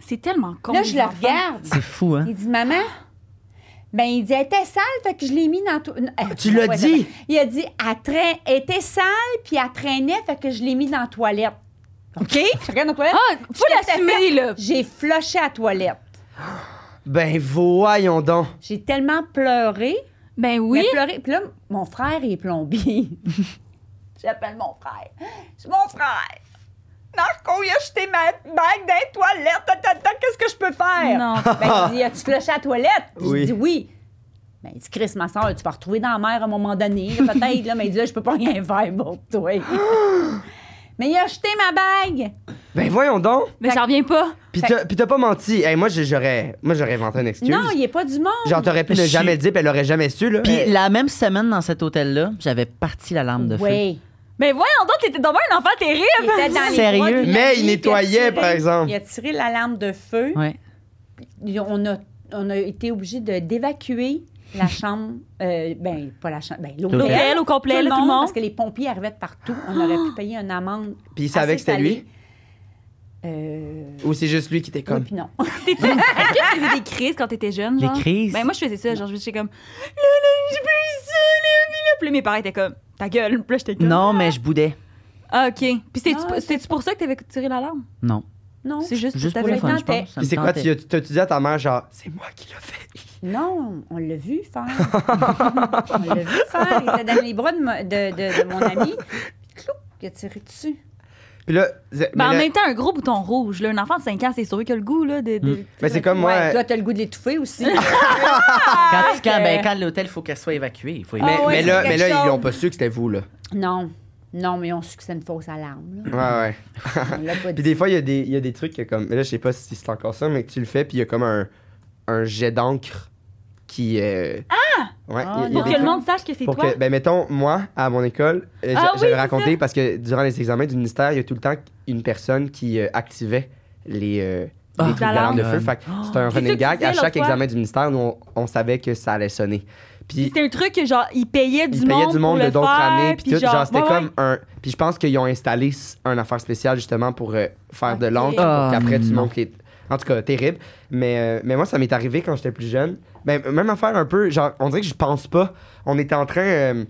S2: C'est tellement con.
S4: Là, je
S2: les
S4: le
S2: enfants.
S4: regarde.
S3: C'est fou, hein?
S4: Il dit, maman, ben il dit, elle était sale, fait que je l'ai mis dans... tou- Non, euh,
S1: Ah, Tu l'as
S4: ouais,
S1: dit?
S4: ça va. Il a dit, elle, traîne- elle était sale, puis elle traînait, fait que je l'ai mis dans la toilette. OK? Je regarde dans la toilette.
S2: Ah, faut
S4: Je l'ai
S2: l'assumer, là.
S4: J'ai flushé à la toilette.
S1: Ben voyons donc.
S4: J'ai tellement pleuré.
S2: Ben
S4: mais
S2: oui.
S4: pleuré. Puis là, mon frère il est plombier. J'appelle mon frère. C'est mon frère. Marco, il a jeté ma bague dans les toilettes. Ta, ta, ta, Qu'est-ce que je peux faire?
S2: Non.
S4: Ben, il dit, as-tu flushé à la toilette? Puis
S1: Oui.
S4: Je dis oui. Ben, il dit, Chris, ma soeur, tu vas retrouver dans la mer à un moment donné. là, Peut-être, là, mais il dit, là, je peux pas rien faire pour toi. mais il a jeté ma bague.
S1: Ben voyons donc.
S2: Mais j'en reviens pas.
S1: Puis t'as puis t'as pas menti. Hey, moi, j'ai- j'aurais moi, j'aurais inventé une excuse.
S4: Non, il est pas du monde.
S1: Genre, t'aurais pu
S3: Je
S1: ne
S3: suis-
S1: jamais le dire, puis elle aurait jamais su, là.
S3: Puis
S1: Mais-
S3: la même semaine dans cet hôtel-là, j'avais parti la lampe de feu.
S4: Oui.
S2: Mais voyons donc, t'étais d'abord un enfant
S4: Il était
S2: terrible.
S4: dans les
S3: Sérieux?
S4: bras de la
S1: Mais il
S4: fille,
S1: nettoyait,
S4: puis il a tiré-
S1: par exemple.
S4: Il a tiré l'alarme de feu.
S3: Ouais.
S4: Ils- On, a, on a été obligé de- d'évacuer la chambre, euh, ben pas la chambre, ben, l'hôtel.
S2: L'hôtel au complet, là, tout le
S4: Parce
S2: monde.
S4: que les pompiers arrivaient de partout. On aurait pu payer une amende.
S1: Puis il savait
S2: Ah,
S4: assez
S1: que c'était lui?
S4: salée. Euh,
S1: Ou c'est juste lui qui était
S4: oui,
S1: comme.
S4: puis non.
S2: T'es-tu- Est-ce que tu faisais des crises quand t'étais jeune?
S3: Des
S2: genre?
S3: crises?
S2: Ben moi, je faisais ça. Genre, je faisais comme, là, là, j'ai plus ça, là, puis là. Puis là, mes parents étaient comme, ta gueule. Puis là, j'étais comme,
S3: Non, mais je boudais.
S2: Ah, OK. Puis c'est-tu
S4: Ah,
S2: c'est-tu pour ça que t'avais tiré l'alarme?
S3: Non.
S4: Non.
S2: C'est juste,
S3: Juste
S2: que
S3: pour le
S2: t'avais-
S3: fun, je
S4: tentait.
S3: pense. Ça
S1: Puis
S3: me
S1: c'est quoi?
S3: tentait.
S1: Tu tu- tu dis à ta mère, genre, c'est moi qui l'ai fait.
S4: Non, on l'a vu faire. on l'a vu faire. Il était dans les bras de, mo- de- de- de mon ami. Clou, il a tiré dessus.
S1: Puis là. c'est-
S2: Ben,
S4: Bah,
S2: en
S1: mais là-
S2: même temps, un gros bouton rouge. Là, un enfant de 5 ans, c'est sûr qu'il a le goût. Là, de, de-
S1: mais c'est comme moi.
S4: Ouais,
S1: euh,
S4: toi, t'as le goût de l'étouffer aussi.
S3: Quand, tu- quand,
S4: que-
S3: ben, quand l'hôtel, il faut qu'elle soit évacuée. Il faut
S1: Mais,
S4: Ah ouais,
S1: mais
S4: c'est
S1: là, mais là,
S4: quelque
S1: ils
S4: chose.
S1: ont pas su que c'était vous, là.
S4: non. Non, mais on su que c'était une fausse alarme. là.
S1: Ouais, ouais.
S4: On l'a pas
S1: Puis
S4: dit.
S1: des fois, il y, a des- il y a des trucs que comme. Mais là, je sais pas si c'est encore ça, mais que tu le fais, puis il y a comme un, un jet d'encre qui. Ah! Ouais,
S4: Ah,
S1: il y a- il y a
S2: Pour
S1: des
S2: que le
S1: trucs-
S2: monde sache que c'est
S1: Pour
S2: toi.
S1: que, ben, mettons, moi, à mon école, euh,
S2: Ah
S1: j'a-
S2: oui,
S1: j'avais
S2: c'est
S1: raconté parce que durant les examens du ministère, il y a tout le temps une personne qui euh, activait les. euh,
S3: Ah,
S1: les trucs d'alarme de feu. Fait que c'était un
S2: C'est ça
S1: running
S2: que tu
S1: gag.
S2: disais
S1: À chaque
S2: l'autre fois.
S1: examen du ministère, nous, on, on savait que ça allait sonner. Puis
S2: C'était un truc que, genre, ils payaient du
S1: ils payaient
S2: monde.
S1: du monde
S2: pour
S1: de
S2: le
S1: d'autres
S2: faire,
S1: années. Puis tout. Genre, c'était
S2: ouais, ouais.
S1: comme un. Puis je pense qu'ils ont installé s- un affaire spéciale justement pour euh, faire de
S4: Ok.
S1: l'encre.
S3: Ah,
S1: pour qu'après, tu
S3: non.
S1: montes les. En tout cas, terrible. Mais, euh, mais moi, ça m'est arrivé quand j'étais plus jeune. Ben, même affaire un peu. Genre, on dirait que je pense pas. On était en train. euh,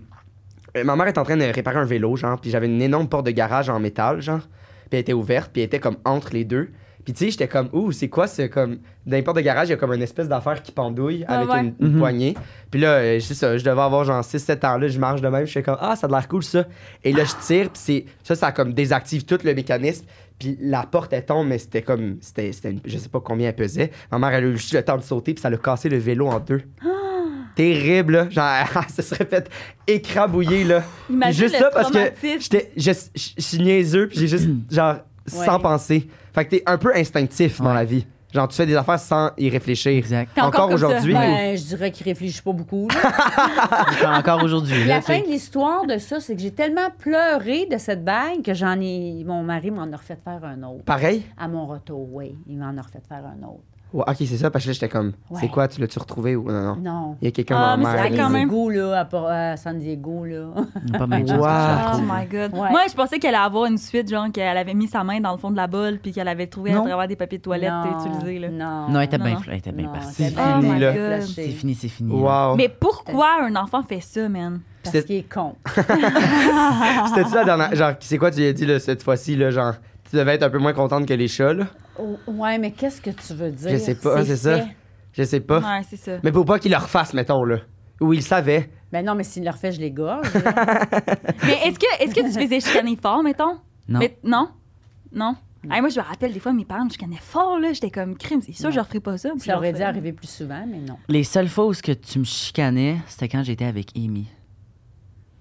S1: euh, ma mère était en train de réparer un vélo, genre. Puis j'avais une énorme porte de garage en métal, genre. Puis elle était ouverte. Puis elle était comme entre les deux. Puis tu sais, j'étais comme, ouh, c'est quoi? C'est comme. Dans les portes de garage, il y a comme une espèce d'affaire qui pendouille
S2: Ah
S1: avec
S2: ouais.
S1: une, une
S3: Mhm.
S1: poignée. Puis là, euh, c'est ça, je devais avoir genre 6-7 ans là, je marche de même, je fais comme Ah, ça a de l'air cool ça. Et là, je tire, puis c'est, ça, ça comme désactive tout le mécanisme. Puis la porte, elle tombe, mais c'était comme, c'était, c'était une- je sais pas combien elle pesait. Ma mère, elle a eu juste le temps de sauter, puis ça l'a cassé le vélo en deux.
S2: Ah.
S1: Terrible, là. Genre, ça serait fait écrabouiller, là. Puis
S2: Imagine
S1: juste
S2: le
S1: ça, parce que
S2: traumatisme.
S1: j'étais, je, je- je suis niaiseux, puis j'ai juste,
S3: Mm.
S1: genre, sans
S4: Ouais.
S1: penser. Fait que t'es un peu instinctif dans
S3: Ouais.
S1: la vie. Genre, tu fais des affaires sans y réfléchir.
S3: Exact.
S2: T'es encore
S1: Encore
S2: comme ça.
S1: aujourd'hui,
S4: Ben, je dirais qu'il réfléchit pas beaucoup. là.
S3: Encore aujourd'hui. là,
S4: La
S3: tu sais.
S4: fin de l'histoire de ça, c'est que j'ai tellement pleuré de cette bague que j'en ai. Mon mari m'en a refait faire un autre.
S1: pareil.
S4: À mon retour, oui. Il m'en a refait faire un autre.
S1: Ouais, ok, c'est ça, parce que là, j'étais comme,
S4: Ouais.
S1: c'est quoi, tu l'as-tu retrouvé ou non, non?
S4: Non.
S1: Il y a quelqu'un
S2: Ah,
S1: dans
S2: mais
S1: la
S2: c'est
S1: mer.
S4: À
S2: vrai quand
S4: San
S2: même.
S4: Diego, là, à, Por- à San Diego, là.
S3: Il y a Pas mal de chances que
S1: Wow.
S3: tu la
S2: Oh
S3: retrouves.
S2: my god.
S4: Ouais.
S2: Moi, je pensais qu'elle allait avoir une suite, genre qu'elle avait mis sa main dans le fond de la bolle puis qu'elle avait trouvé
S3: Non.
S2: à travers des papiers de toilette
S4: Non,
S2: utilisés. Là.
S4: Non.
S3: Non, elle était
S2: Non,
S3: bien
S2: non.
S3: fl- elle était bien
S4: Non,
S3: partie.
S4: c'est
S1: C'est
S4: bien
S1: fini, là.
S4: flashé.
S3: C'est fini, c'est fini.
S1: Wow.
S2: Mais pourquoi un enfant fait ça, man?
S4: Parce qu'il est con.
S1: C'était-tu la dernière? Genre, c'est quoi, tu lui as dit, là, cette fois-ci, là, genre, tu devais être un peu moins contente que les chats, là?
S4: Oh, ouais, mais qu'est-ce que tu veux dire?
S1: Je sais pas, c'est ça.
S4: fait.
S1: Je sais pas.
S2: Ouais, c'est ça.
S1: Mais pour pas qu'il le refasse, mettons, là. Ou il savait.
S4: Ben non, mais s'il le refait, je les gorge.
S2: Mais est-ce que, est-ce que tu faisais chicaner fort, mettons?
S3: Non.
S2: Mais- non? Non? Hey, moi, je me rappelle des fois, mes parents me chicanaient fort, là. J'étais comme crime, c'est sûr,
S4: Non.
S2: je referais pas ça. Puis je
S4: Ça aurait
S2: leur
S4: dû
S2: fais-
S4: arriver plus souvent, mais non.
S3: Les seules fois où ce que tu me chicanais, c'était quand j'étais avec Amy.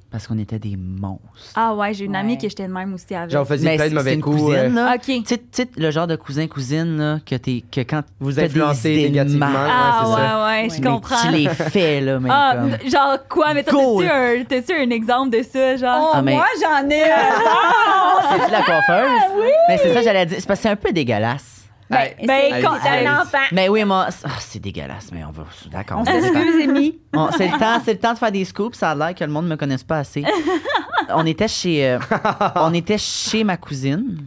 S3: Parce qu'on était des monstres.
S2: Ah ouais, j'ai une amie
S4: Ouais.
S2: que j'étais de même aussi avec.
S1: Genre, vous faisiez
S3: Mais
S1: plein de
S3: c'est- c'est
S1: mauvais
S3: une
S1: coups.
S3: cousine,
S1: euh,
S3: là.
S2: OK.
S3: Tu sais- tu sais, le genre de cousin-cousine là, que, t'es- que quand
S1: Vous
S3: t'as des
S1: influencez
S3: idées de
S1: négativement,
S3: marde,
S1: ouais, c'est ça.
S2: Ah ouais, ouais,
S4: Ouais.
S2: je
S3: mais
S2: comprends.
S3: Tu les fais, là, mais
S2: Ah,
S3: comme...
S2: n- genre quoi? Mais
S3: Go,
S2: t'as-tu un, t'as-tu un exemple de ça, genre?
S3: Ah, mais-
S4: Moi, j'en ai un!
S3: C'est la coiffeuse?
S2: Ah,
S3: Mais c'est ça, j'allais dire. C'est parce que c'est un peu dégueulasse.
S1: Ben,
S4: Ben,
S2: ben,
S4: c'est-
S1: quand-
S4: c'est un
S1: euh,
S4: enfant.
S3: Mais oui, moi, c'est- ah, c'est dégueulasse, mais on va. D'accord.
S4: On
S3: on va-
S4: s'excuse, Amy.
S3: Bon, c'est le temps, c'est le temps de faire des scoops. Ça a l'air que le monde ne me connaisse pas assez. on était chez, euh, on était chez ma cousine.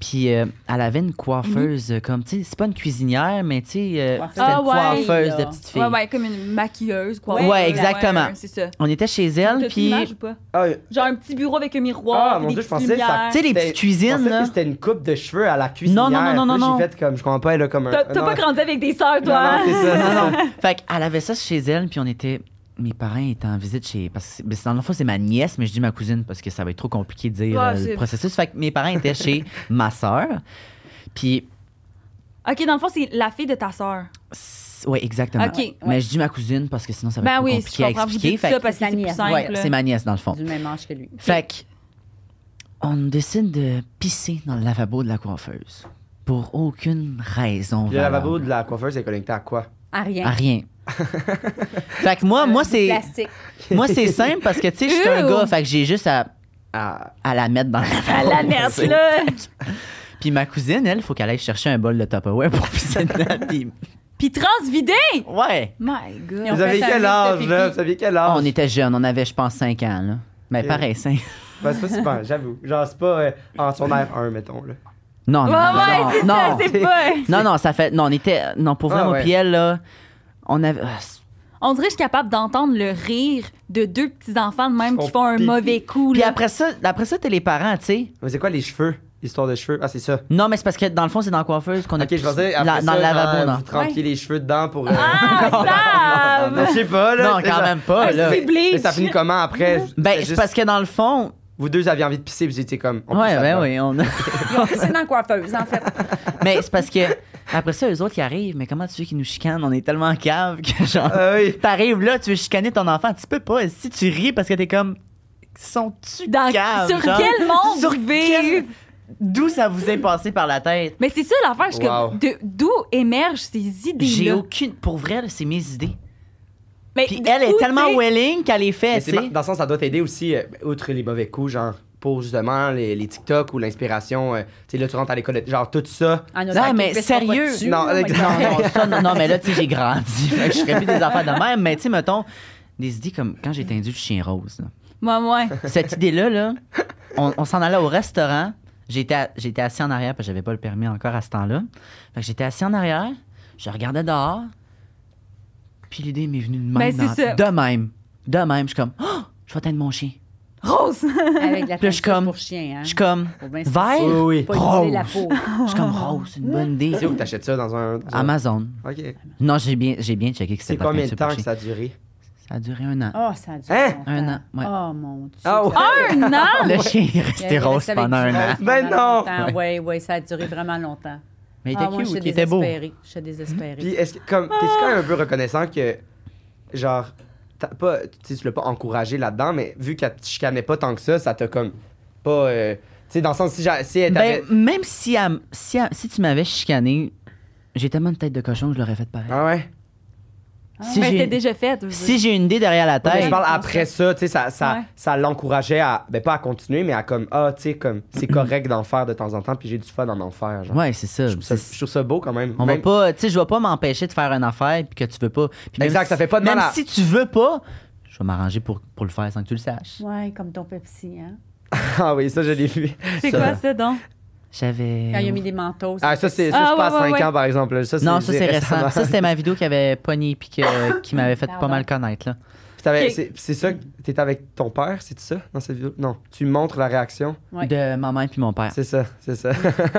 S3: Puis euh, elle avait une coiffeuse euh, comme tu sais, c'est pas une cuisinière, mais tu sais, euh,
S4: Coiffeuse.
S3: c'était une
S2: Mhm. Ah ouais.
S3: coiffeuse de
S4: Là.
S3: petite fille.
S2: Ouais, ouais, comme une maquilleuse, quoi.
S3: Ouais, exactement.
S2: ouais, c'est ça.
S3: On était chez elle,
S2: T'as-tu
S3: puis
S2: l'image ou pas?
S1: Ah,
S2: Genre un petit bureau avec un miroir.
S1: Ah, mon
S2: des
S1: Dieu, je
S2: petites
S1: pensais que ça.
S2: lumières.
S3: Tu sais, les
S1: c'était-
S3: petites cuisines,
S1: je pensais
S3: là.
S1: que c'était une coupe de cheveux à la cuisine.
S3: non, non, non, non.
S1: J'ai fait comme, je comprends pas, elle a comme un.
S2: T'as t'as
S1: non,
S2: pas grandi avec des sœurs,
S1: non,
S2: toi?
S1: non, c'est ça, c'est ça.
S3: fait qu'elle avait ça chez elle, puis on était. Mes parents étaient en visite chez. Parce que c'est- ben, c'est- dans le fond, c'est ma nièce, mais je dis ma cousine parce que ça va être trop compliqué de dire
S2: Ouais,
S3: euh, le
S2: c'est-
S3: processus. Fait que mes parents étaient chez ma sœur. Puis
S2: OK, dans le fond, c'est la fille de ta sœur.
S3: Oui, exactement.
S2: Ok, ouais.
S3: Mais je dis ma cousine parce que sinon ça va être
S2: Ben
S3: trop
S2: oui, je
S3: compliqué à
S2: comprends. Vous
S3: expliquer.
S2: dites ça
S3: Fait
S2: parce que
S4: c'est
S2: c'est plus
S4: Daniel.
S2: simple.
S3: ouais, c'est ma nièce dans le fond.
S4: Du même âge que lui.
S3: Fait que, on décide de pisser dans le lavabo de la coiffeuse pour aucune raison.
S1: Le
S3: valable.
S1: lavabo de la coiffeuse est connecté à quoi?
S4: À rien.
S3: À rien. fait que moi, moi
S4: Du
S3: c'est
S4: Plastique.
S3: moi c'est simple parce que tu sais, je suis un
S2: Euh, Ew.
S3: gars, fait que j'ai juste à,
S1: Ah,
S3: à la mettre dans le
S2: À
S3: lavabo.
S2: la merde, là.
S3: Puis ma cousine, elle, faut qu'elle aille chercher un bol de Tupperware pour pisser dedans. puis-
S2: Puis transvidé!
S3: Ouais.
S2: My
S4: Ils ont
S1: vous
S2: God.
S4: fait
S1: avez
S4: ça
S1: quel
S4: avec
S1: âge,
S4: le
S1: là?
S4: pipi.
S1: Vous aviez quel âge?
S3: On était jeunes, on avait je pense 5 ans là. Mais
S1: Euh.
S3: pareil, 5
S1: Ben, c'est pas super, j'avoue. Genre, c'est pas euh, en secondaire 1, mettons, là.
S3: Non, non,
S2: Ouais,
S3: non, non,
S2: ouais, c'est ça,
S3: non.
S2: c'est pas...
S3: Non, non, ça fait. Non, on était. Non, pour vrai,
S1: Ah,
S3: moi,
S1: ouais.
S3: puis elle, là, on avait. ah, c'est-
S2: On dirait que je suis capable d'entendre le rire de deux petits-enfants de même
S1: Ils
S2: qui
S1: font
S2: font un
S1: pipi.
S2: mauvais coup.
S3: Puis
S2: là.
S3: après ça, après ça, t'es les parents, tu sais.
S1: Mais c'est quoi les cheveux? L'histoire de cheveux? Ah, c'est ça.
S3: Non, mais c'est parce que dans le fond, c'est dans la coiffeuse qu'on a.
S1: Ok, je pensais,
S3: pissé.
S1: après
S3: La-
S1: ça,
S3: dans le
S1: genre,
S3: lavabo, non.
S1: vous trempiez les cheveux dedans pour... euh,
S2: Ah, Sam!
S1: Je sais pas, Ah, là.
S3: Non, quand même pas,
S1: Mais
S3: là.
S1: ça-
S2: C'est bleach.
S1: Mais ça finit comment après?
S3: Ben,
S1: C'est
S3: c'est
S1: juste-
S3: parce que dans le fond.
S1: Vous deux aviez envie de pisser, vous étiez comme... on
S3: Ouais,
S1: pisse
S3: ben
S1: là-dedans.
S3: oui, on a.
S4: Ils ont pissé dans la coiffeuse, en fait.
S3: mais c'est parce que. Après ça, eux autres, ils arrivent. Mais comment tu veux qu'ils nous chicanent? On est tellement cave que genre.
S1: Ah oui.
S3: T'arrives là, tu veux chicaner ton enfant. Tu peux pas. Si tu ris parce que t'es comme. Sont-tu
S2: Dans-
S3: caves,
S2: sur
S3: genre?
S2: quel monde
S3: Sur
S2: vous
S3: quel-
S2: vivez?
S3: D'où ça vous est passé par la tête?
S2: Mais c'est ça l'affaire, je suis
S1: Wow.
S2: comme, de- d'où émergent ces
S3: J'ai
S2: idées-là?
S3: aucune. Pour vrai, là, c'est mes idées.
S2: Eh, Mais
S3: Puis
S2: de-
S3: elle est
S2: où,
S3: tellement
S2: tu sais?
S3: willing qu'elle est fait,
S1: Mais
S3: tu
S1: c'est
S3: sais.
S1: mar- dans le sens, ça doit t'aider aussi, euh, outre les mauvais coups, genre pour justement les, les TikTok ou l'inspiration. euh, tu sais, là, tu rentres à l'école, genre tout ça.
S4: Ah,
S3: Non, mais sérieux.
S4: Oh
S1: Non,
S3: Non, non, ça, non, non, mais là, tu sais, j'ai grandi. Fait que je ferais plus des affaires de même. Mais tu sais, mettons, des idées comme quand j'ai tendu le chien rose. là.
S2: Moi, moi.
S3: Cette idée-là, là, on, on s'en allait au restaurant. J'étais à- j'étais assis en arrière parce que j'avais pas le permis encore à ce temps-là. Fait que j'étais assis en arrière, je regardais dehors, puis l'idée m'est venue de même.
S2: Ben, c'est
S3: dans-
S2: ça.
S3: de même. De même. Je suis comme, oh, je vais teindre mon chien.
S2: Rose!
S4: Avec la
S3: Puis là, je suis
S4: teinture
S3: comme-
S4: pour chien, hein.
S3: Je suis comme,
S4: Faut bien se
S3: vert,
S1: Oui, oui.
S4: Pas utiliser la
S3: rose.
S4: peau.
S3: Je suis comme rose, c'est une bonne idée.
S1: C'est où que t'achètes ça dans un. dans un-
S3: Amazon.
S1: Ok.
S3: Non, j'ai bien, j'ai bien checké que
S1: C'est
S3: c'était pas
S1: combien de
S3: peinture
S1: temps
S3: pour
S1: que
S3: chien.
S1: ça a duré?
S3: Ça a duré un an.
S4: Oh, ça a duré
S1: Hein?
S4: longtemps.
S3: Un an, ouais.
S4: Oh, mon Dieu.
S1: Ah ouais.
S2: Un an!
S3: Le chien est
S4: Il
S3: resté
S4: avait
S3: rose
S4: resté avec
S3: pendant
S4: du
S3: un an.
S4: rose
S1: Ben
S4: pendant
S1: non.
S4: longtemps. Ouais, ouais, ça a duré vraiment longtemps.
S3: Mais il
S4: Ah,
S3: était
S4: moi, je suis
S3: cute, il était beau.
S4: désespérée. Je suis désespérée.
S1: Puis est-ce que comme t'es quand même un peu reconnaissant que genre t'as pas tu sais, tu l'as pas encouragé là-dedans mais vu qu'elle te chicanait pas tant que ça ça t'a comme pas euh, tu sais dans le sens si, j'a- si elle t'avait
S3: Ben, même si, elle m- si, elle- si tu m'avais chicané, j'ai tellement de tête de cochon que je l'aurais fait pareil.
S1: ah ouais
S3: Si
S2: mais
S3: j'ai-
S2: Ben, c'était déjà fait. je veux
S3: Si j'ai une idée derrière la
S1: Ouais, mais je
S3: tête,
S1: parle après ça, tu sais, ça, ça,
S2: Ouais.
S1: ça l'encourageait à, ben pas à continuer, mais à comme, ah, tu sais, comme, c'est correct d'en faire de temps en temps, puis j'ai du fun d'en en faire, genre.
S3: ouais, c'est ça.
S1: Je, trouve ça, Ben-
S3: C'est-
S1: je trouve ça beau quand même.
S3: On
S1: Même-
S3: va pas, tu sais, je vais pas m'empêcher de faire une affaire puis que tu veux pas. Puis même
S1: Exact,
S3: si-
S1: ça fait pas de mal
S3: Même
S1: à-
S3: si tu veux pas, je vais m'arranger pour, pour le faire sans que tu le saches.
S4: Ouais, comme ton Pepsi, hein?
S1: Ah oui, ça, je l'ai vu.
S2: dire. C'est
S1: Ça.
S2: quoi ça donc?
S3: J'avais.
S4: Quand il a mis des manteaux.
S1: Ah, ça, c'est ça,
S2: Ah,
S1: c'est pas à
S2: ouais, ouais,
S1: 5
S2: ouais.
S1: ans, par exemple. là. Ça,
S3: Non, ça c'est
S1: récemment.
S3: récent. Ça c'était ma vidéo qui avait pogné puis que- qui m'avait fait
S4: Pardon.
S3: pas mal connaître là.
S1: Puis t'avais-
S2: Ok.
S1: c'est- C'est ça, que t'étais avec ton père, c'est ça, dans cette vidéo? Non, tu montres la réaction.
S4: Ouais.
S3: De ma mère puis mon père.
S1: C'est ça, c'est ça.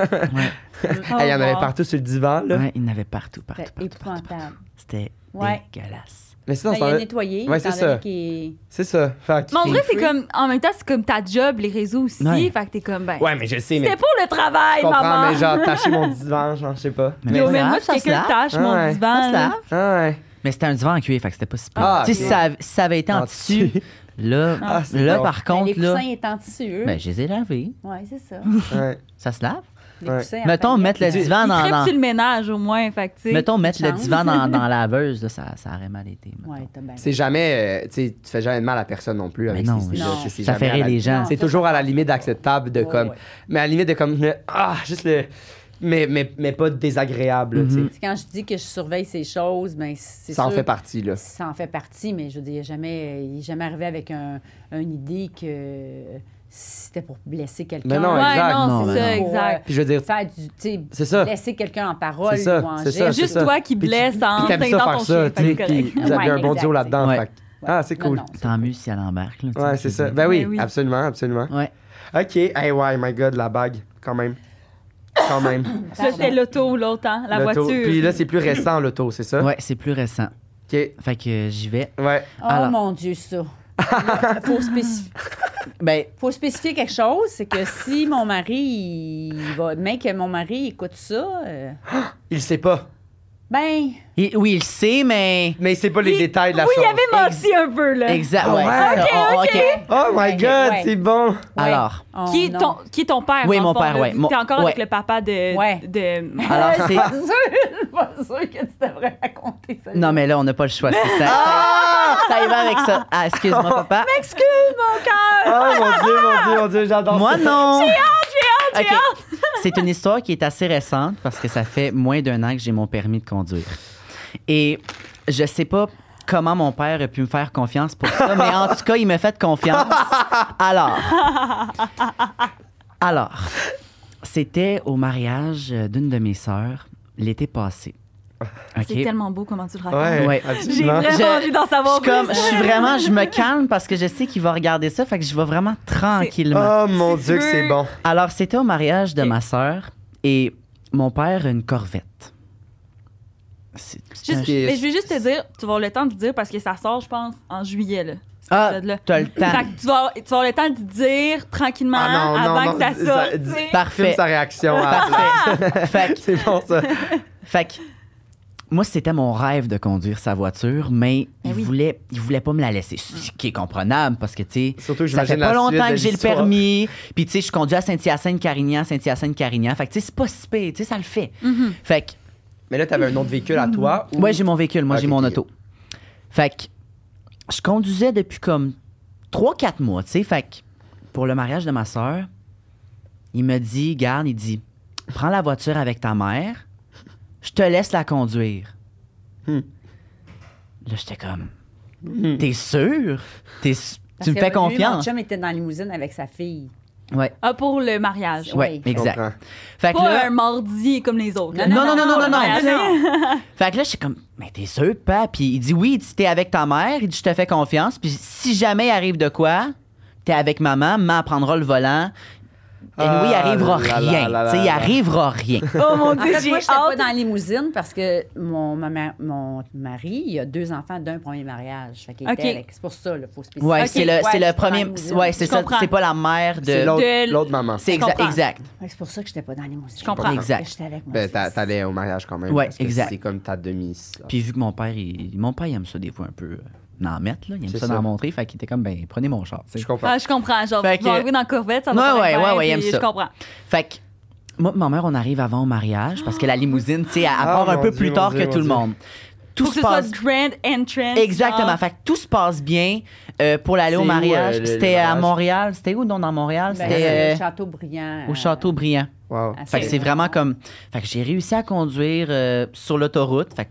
S2: Oh,
S1: Ah, Il y en avait
S2: wow.
S1: partout sur le divan, là.
S3: Ouais, il y en avait partout, partout,
S4: C'était
S3: partout. partout,
S4: épouvantable.
S3: partout. C'était
S4: Ouais.
S3: dégueulasse.
S1: Mais sinon,
S4: Ben, il a
S1: c'est
S4: nettoyé.
S1: Ouais,
S4: étant
S1: c'est
S4: donné
S1: ça.
S4: qu'il-
S1: c'est ça. Fait que-
S2: Mais on dirait que c'est
S4: Free.
S2: comme. En même temps, c'est comme ta job, les réseaux aussi.
S3: Ouais.
S2: Fait que t'es comme, ben.
S1: Ouais, mais je sais, mais.
S2: C'était pour le travail,
S1: Je comprends,
S2: maman.
S1: mais genre, tâcher mon divan, genre, je sais pas.
S3: Mais
S1: Mais-
S2: Yo,
S3: non.
S2: mais
S3: Ça
S2: moi,
S3: se lave, ça se
S2: quelqu'un
S3: lave.
S2: tâche mon
S1: Ouais.
S3: Ça
S2: divan. là.
S3: se lave.
S1: Ah ouais.
S3: Mais c'était un divan en cuir, fait que c'était pas si pire.
S1: Ah,
S3: Tu sais,
S1: ok.
S3: si ça, si ça avait été en,
S1: En
S3: tissu,
S1: tissu.
S3: là,
S1: Ah, c'est
S3: là
S1: bon.
S3: par
S4: Ben,
S3: contre,
S4: les
S3: là,
S4: coussins étant dessus. eux.
S3: ben, je les ai lavés.
S4: Ouais, c'est ça.
S1: ouais.
S3: Ça se lave.
S4: Les
S1: Ouais.
S4: coussins en
S3: Mettons,
S4: paillettes.
S3: mettre le
S1: Tu-
S3: divan
S2: Il
S3: dans,
S2: tripe
S3: dans-
S2: sur le ménage, au moins. Fait que, tu sais.
S3: mettons, mettre le
S4: chance.
S3: divan dans, dans la laveuse, là, ça, ça aurait mal été. mettons.
S4: Ouais, t'as bien.
S1: C'est jamais. euh, tu sais, tu fais jamais de mal à personne non plus avec
S3: non,
S1: ces
S4: non.
S1: idées-là.
S3: Ça fait rire les gens.
S4: Non,
S1: C'est
S4: ça,
S1: toujours à la limite acceptable de
S4: Ouais,
S1: comme.
S4: ouais.
S1: Mais à la limite de comme. le- Ah, juste le. Mais, mais, mais pas désagréable, là, tu sais.
S3: Mm-hmm.
S4: C'est Quand je dis que je surveille ces choses, ben, c'est
S1: Ça en
S4: sûr
S1: fait partie, là.
S4: Ça en fait partie, mais je veux dire, jamais, il n'est jamais arrivé avec un, une idée que c'était pour blesser quelqu'un.
S1: Mais non,
S2: ouais,
S1: exact.
S2: non,
S3: Non,
S2: c'est
S3: ben
S2: ça,
S4: non.
S2: exact.
S1: Puis je veux dire,
S4: Faire du, tu sais,
S1: c'est ça.
S4: blesser quelqu'un en parole
S1: C'est ça,
S4: ou en
S1: c'est ça,
S4: geste.
S1: c'est
S2: Juste
S1: ça.
S2: toi qui
S1: Puis tu-
S2: blesses en
S1: T'aimes ça
S2: dans ton
S1: faire ça,
S2: chien.
S1: tu sais.
S2: Fait que c'est
S1: puis
S2: correct.
S1: Vous avez
S4: Ouais,
S1: un bon
S4: exact,
S1: duo là-dedans.
S3: ouais.
S1: fait que- Ah, c'est
S4: Non,
S1: cool.
S4: non,
S3: Tant mieux si elle embarque. Là, tu sais,
S1: Ouais,
S3: je
S1: c'est
S3: veux
S1: ça.
S3: dire.
S1: Ben oui,
S2: Ben oui.
S1: absolument, absolument.
S3: Ouais.
S1: Ok, hey, ouais, my god, la bague, quand même. Quand même.
S2: Ça, c'était l'auto, l'autre, hein, la
S1: L'auto.
S2: voiture.
S1: Puis là, c'est plus récent, l'auto, c'est ça?
S3: Ouais, c'est plus récent.
S1: Ok,
S3: Fait que euh, j'y vais.
S1: ouais.
S4: Oh
S3: Alors.
S4: mon Dieu, ça. Il faut, spécifier-
S3: Ben,
S4: faut spécifier quelque chose, c'est que si mon mari, il va, même que mon mari écoute ça, euh,
S1: Il sait pas.
S4: ben,
S3: il- oui, il le sait, mais.
S1: Mais il sait pas les
S2: Il-
S1: détails de la
S2: oui,
S1: chose.
S2: il avait menti un peu, là.
S3: Exact.
S1: Ah
S3: Ouais.
S1: ouais?
S3: c'est ça. Oh, ok.
S1: Oh my
S4: Ouais,
S1: god,
S4: ouais.
S1: c'est bon.
S3: Alors.
S4: on-
S2: Qui est,
S4: oh non.
S2: ton, qui est ton père?
S3: Oui,
S2: dans
S3: mon
S2: le fond,
S3: père,
S2: là,
S3: ouais.
S2: vu que
S3: Mon-
S2: T'es encore avec
S3: ouais.
S2: le papa de.
S4: Ouais.
S2: de...
S3: Alors,
S4: Je
S3: c'est.
S4: suis pas sûre, pas sûre que tu devrais raconter ça.
S3: Non, mais là, on n'a pas le choix. C'est ça. ça y va avec ça. Ah, excuse-moi, papa.
S2: Excuse mon cœur!
S1: Oh mon dieu, mon dieu, mon dieu, j'adore
S3: Moi,
S1: ça.
S3: non.
S2: j'ai
S3: Ok. C'est une histoire qui est assez récente parce que ça fait moins d'un an que j'ai mon permis de conduire. Et je sais pas comment mon père a pu me faire confiance pour ça, mais en tout cas, il m'a fait confiance. Alors. Alors. C'était au mariage d'une de mes sœurs l'été passé. Ok.
S2: C'est tellement beau comment tu le racontes.
S1: Ouais,
S3: Ouais.
S2: J'ai
S1: absolument.
S2: vraiment
S3: Je-
S2: envie d'en
S3: Je
S2: savoir
S3: suis comme,
S2: plus.
S3: je suis vraiment, je me calme parce que je sais qu'il va regarder ça, fait que je vais vraiment tranquillement.
S1: Oh mon
S2: Si tu
S1: dieu, que c'est
S2: veux-
S1: bon.
S3: Alors, c'était au mariage de
S2: Ok.
S3: ma sœur et mon père a une corvette. C'est- c'est
S2: Juste-
S3: un-
S1: Yes.
S2: mais je vais juste te dire, tu vas avoir le temps de dire parce que ça sort, je pense, en juillet, là. cet
S3: Ah,
S2: épisode-là.
S3: t'as le temps.
S2: Fait que tu vas, avoir- tu vas avoir le temps de dire tranquillement
S1: Ah non, non,
S2: avant
S1: non,
S2: que ça
S1: ça-
S2: sorte.
S1: dis-
S2: tu sais.
S1: Filme
S3: Parfait.
S1: sa réaction. à la
S3: Parfait. fait,
S1: place. C'est bon ça.
S3: que- fait que moi, c'était mon rêve de conduire sa voiture, mais
S2: Ben
S3: il,
S2: oui.
S3: voulait, il voulait pas me la laisser, ce qui est comprenable parce que, tu sais,
S1: Surtout que
S3: Ça fait
S1: j'imagine
S3: pas
S1: la suite
S3: longtemps
S1: de
S3: que j'ai le
S1: l'histoire.
S3: permis. Puis, tu sais, je conduis à Saint-Hyacinthe-Carignan, Saint-Hyacinthe-Carignan. Fait que, tu sais, c'est pas si pire. Tu sais, ça le fait.
S2: Mhm.
S3: Fait que,
S1: Mais là, t'avais un autre véhicule
S2: Mm-hmm.
S1: à toi. ou-
S3: ouais, j'ai mon véhicule. Moi,
S1: Ok,
S3: j'ai mon
S1: ok.
S3: auto. Fait que, je conduisais depuis comme 3-4 mois, tu sais. Fait que, pour le mariage de ma sœur, il me dit, garde, il dit, prends la voiture avec ta mère, je te laisse la conduire.
S1: Hmm.
S3: Là, j'étais comme, t'es sûr? T'es s-
S4: Parce
S3: tu me
S4: que
S3: fais
S4: lui, Mon
S3: confiance?
S4: chum était dans la limousine avec sa fille.
S3: Ouais,
S2: Ah, pour le mariage.
S3: ouais,
S4: Oui.
S1: Je
S3: exact.
S1: comprends.
S3: Fait que
S2: Pas
S3: là,
S2: un mardi comme les autres. là.
S3: Non, non, non, non, non, non.
S2: Ouais,
S3: Fait que là, je suis comme, mais t'es sûr, pas? Puis il dit, oui, il dit, t'es avec ta mère, il dit, je te fais confiance. Puis si jamais il arrive de quoi, t'es avec maman, maman prendra le volant. Et
S1: Ah,
S3: oui, il arrivera
S1: là, là,
S3: rien.
S1: là, là,
S3: Tu sais, il
S1: là.
S3: arrivera rien.
S2: Oh mon
S4: En
S2: dieu,
S4: fait,
S2: j'ai
S4: moi,
S2: hâte.
S4: j'étais pas dans la limousine parce que mon, ma mère- mon mari, il a deux enfants d'un premier mariage. Fait qu'il
S2: Ok.
S4: était avec. C'est pour ça, il faut spécifier.
S3: Ouais,
S2: Ok,
S3: c'est le,
S4: ouais,
S3: c'est le
S4: je
S3: premier.
S4: comprends.
S3: c'est- Ouais, c'est
S2: Je
S3: ça.
S2: comprends.
S3: C'est pas la mère
S1: C'est
S3: de.
S1: l'autre-
S2: de-
S1: l'autre maman.
S3: C'est
S2: Je
S3: exact,
S2: comprends.
S3: exact.
S4: Ouais, c'est pour ça que j'étais pas dans la limousine.
S2: Je comprends.
S3: Exact.
S4: J'étais avec mon
S1: Ben,
S4: fils.
S1: t'a- t'allais au mariage quand même.
S3: Ouais,
S1: parce que
S3: exact.
S1: C'est comme ta demi. ça.
S3: Puis vu que mon père, il, mon père, il aime ça des fois un peu. euh, en mettre, là. Il aime
S1: C'est
S3: ça
S1: ça.
S3: d'en montrer. Fait qu'il était comme, ben, prenez mon char. tu sais.
S1: Je comprends.
S2: Ah, je comprends. Genre,
S3: Fait
S2: tu vas
S3: que-
S2: arriver dans la Corvette, ça
S3: Ouais,
S2: va
S3: ouais,
S2: pas
S3: ouais, ouais, il aime
S2: Je
S3: ça.
S2: comprends.
S3: Fait que, moi, pis ma mère, on arrive avant au mariage parce que la limousine, tu sais, elle, elle
S1: Ah,
S3: part un
S1: mon
S3: peu
S1: Dieu,
S3: plus
S1: mon
S3: tard
S1: Dieu,
S3: que
S1: mon
S3: tout le
S1: Dieu.
S3: monde. tout
S2: Faut que ce
S3: se
S2: soit
S3: passe
S2: grand entrance.
S3: Exactement.
S2: genre.
S3: Fait que tout se passe bien euh, pour l'aller au
S1: C'est où,
S3: mariage.
S1: euh, le- le
S3: C'était à
S1: mariage?
S3: Montréal. C'était où, non, dans Montréal?
S4: Ben,
S3: C'était
S4: le euh,
S3: euh,
S4: château brillant.
S3: au Château Briand.
S1: Wow.
S3: Fait que c'est vraiment comme. Fait que j'ai réussi à conduire euh, sur l'autoroute. Fait que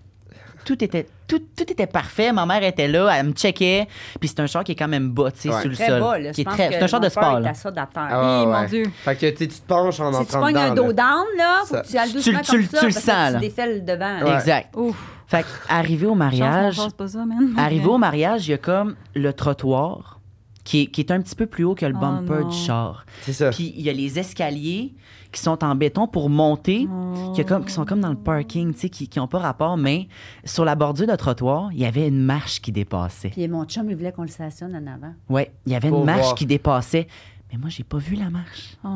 S3: tout était, tout, tout était parfait. Ma mère était là, elle me checkait. Puis c'est un char qui est quand même bas, tu sais,
S1: Ouais.
S3: sur le
S4: très
S3: sol.
S4: bas, là.
S3: qui
S4: Je
S3: est
S4: pense
S3: très-
S4: que
S3: c'est un char
S4: mon
S3: de
S4: père
S3: sport.
S4: est
S3: là.
S4: à ça de la terre.
S1: Ah,
S2: Hi,
S1: ouais.
S2: mon Dieu.
S1: Fait que tu sais, tu te penches en
S4: Si tu
S1: entrant
S4: pognes un
S1: dedans,
S4: dos
S1: là.
S4: down, là, faut
S1: Ça-
S4: que tu ailles
S3: tu-
S4: doucement
S3: tu- tu
S4: comme
S3: le
S4: ça, parce
S3: sens,
S4: que
S3: là.
S4: tu défais le devant.
S1: Ouais.
S3: Exact.
S2: Ouf.
S3: Fait que arrivé au
S2: Chance
S3: mariage,
S2: qu'on pense pas ça, man.
S3: arrivé au mariage, il y a comme le trottoir qui est, qui est un petit peu plus haut que le
S2: Oh
S3: bumper
S2: non.
S3: du char.
S1: C'est ça.
S3: Puis il y a les escaliers qui sont en béton pour monter,
S2: Oh.
S3: qui, a comme, qui sont comme dans le parking, tu sais, qui n'ont pas rapport, mais sur la bordure de trottoir, il y avait une marche qui dépassait.
S4: Puis mon chum, il voulait qu'on le stationne en avant.
S3: Ouais, il y avait une
S1: Pour
S3: marche
S1: voir.
S3: qui dépassait. Mais moi, j'ai pas vu la marche.
S2: Oh.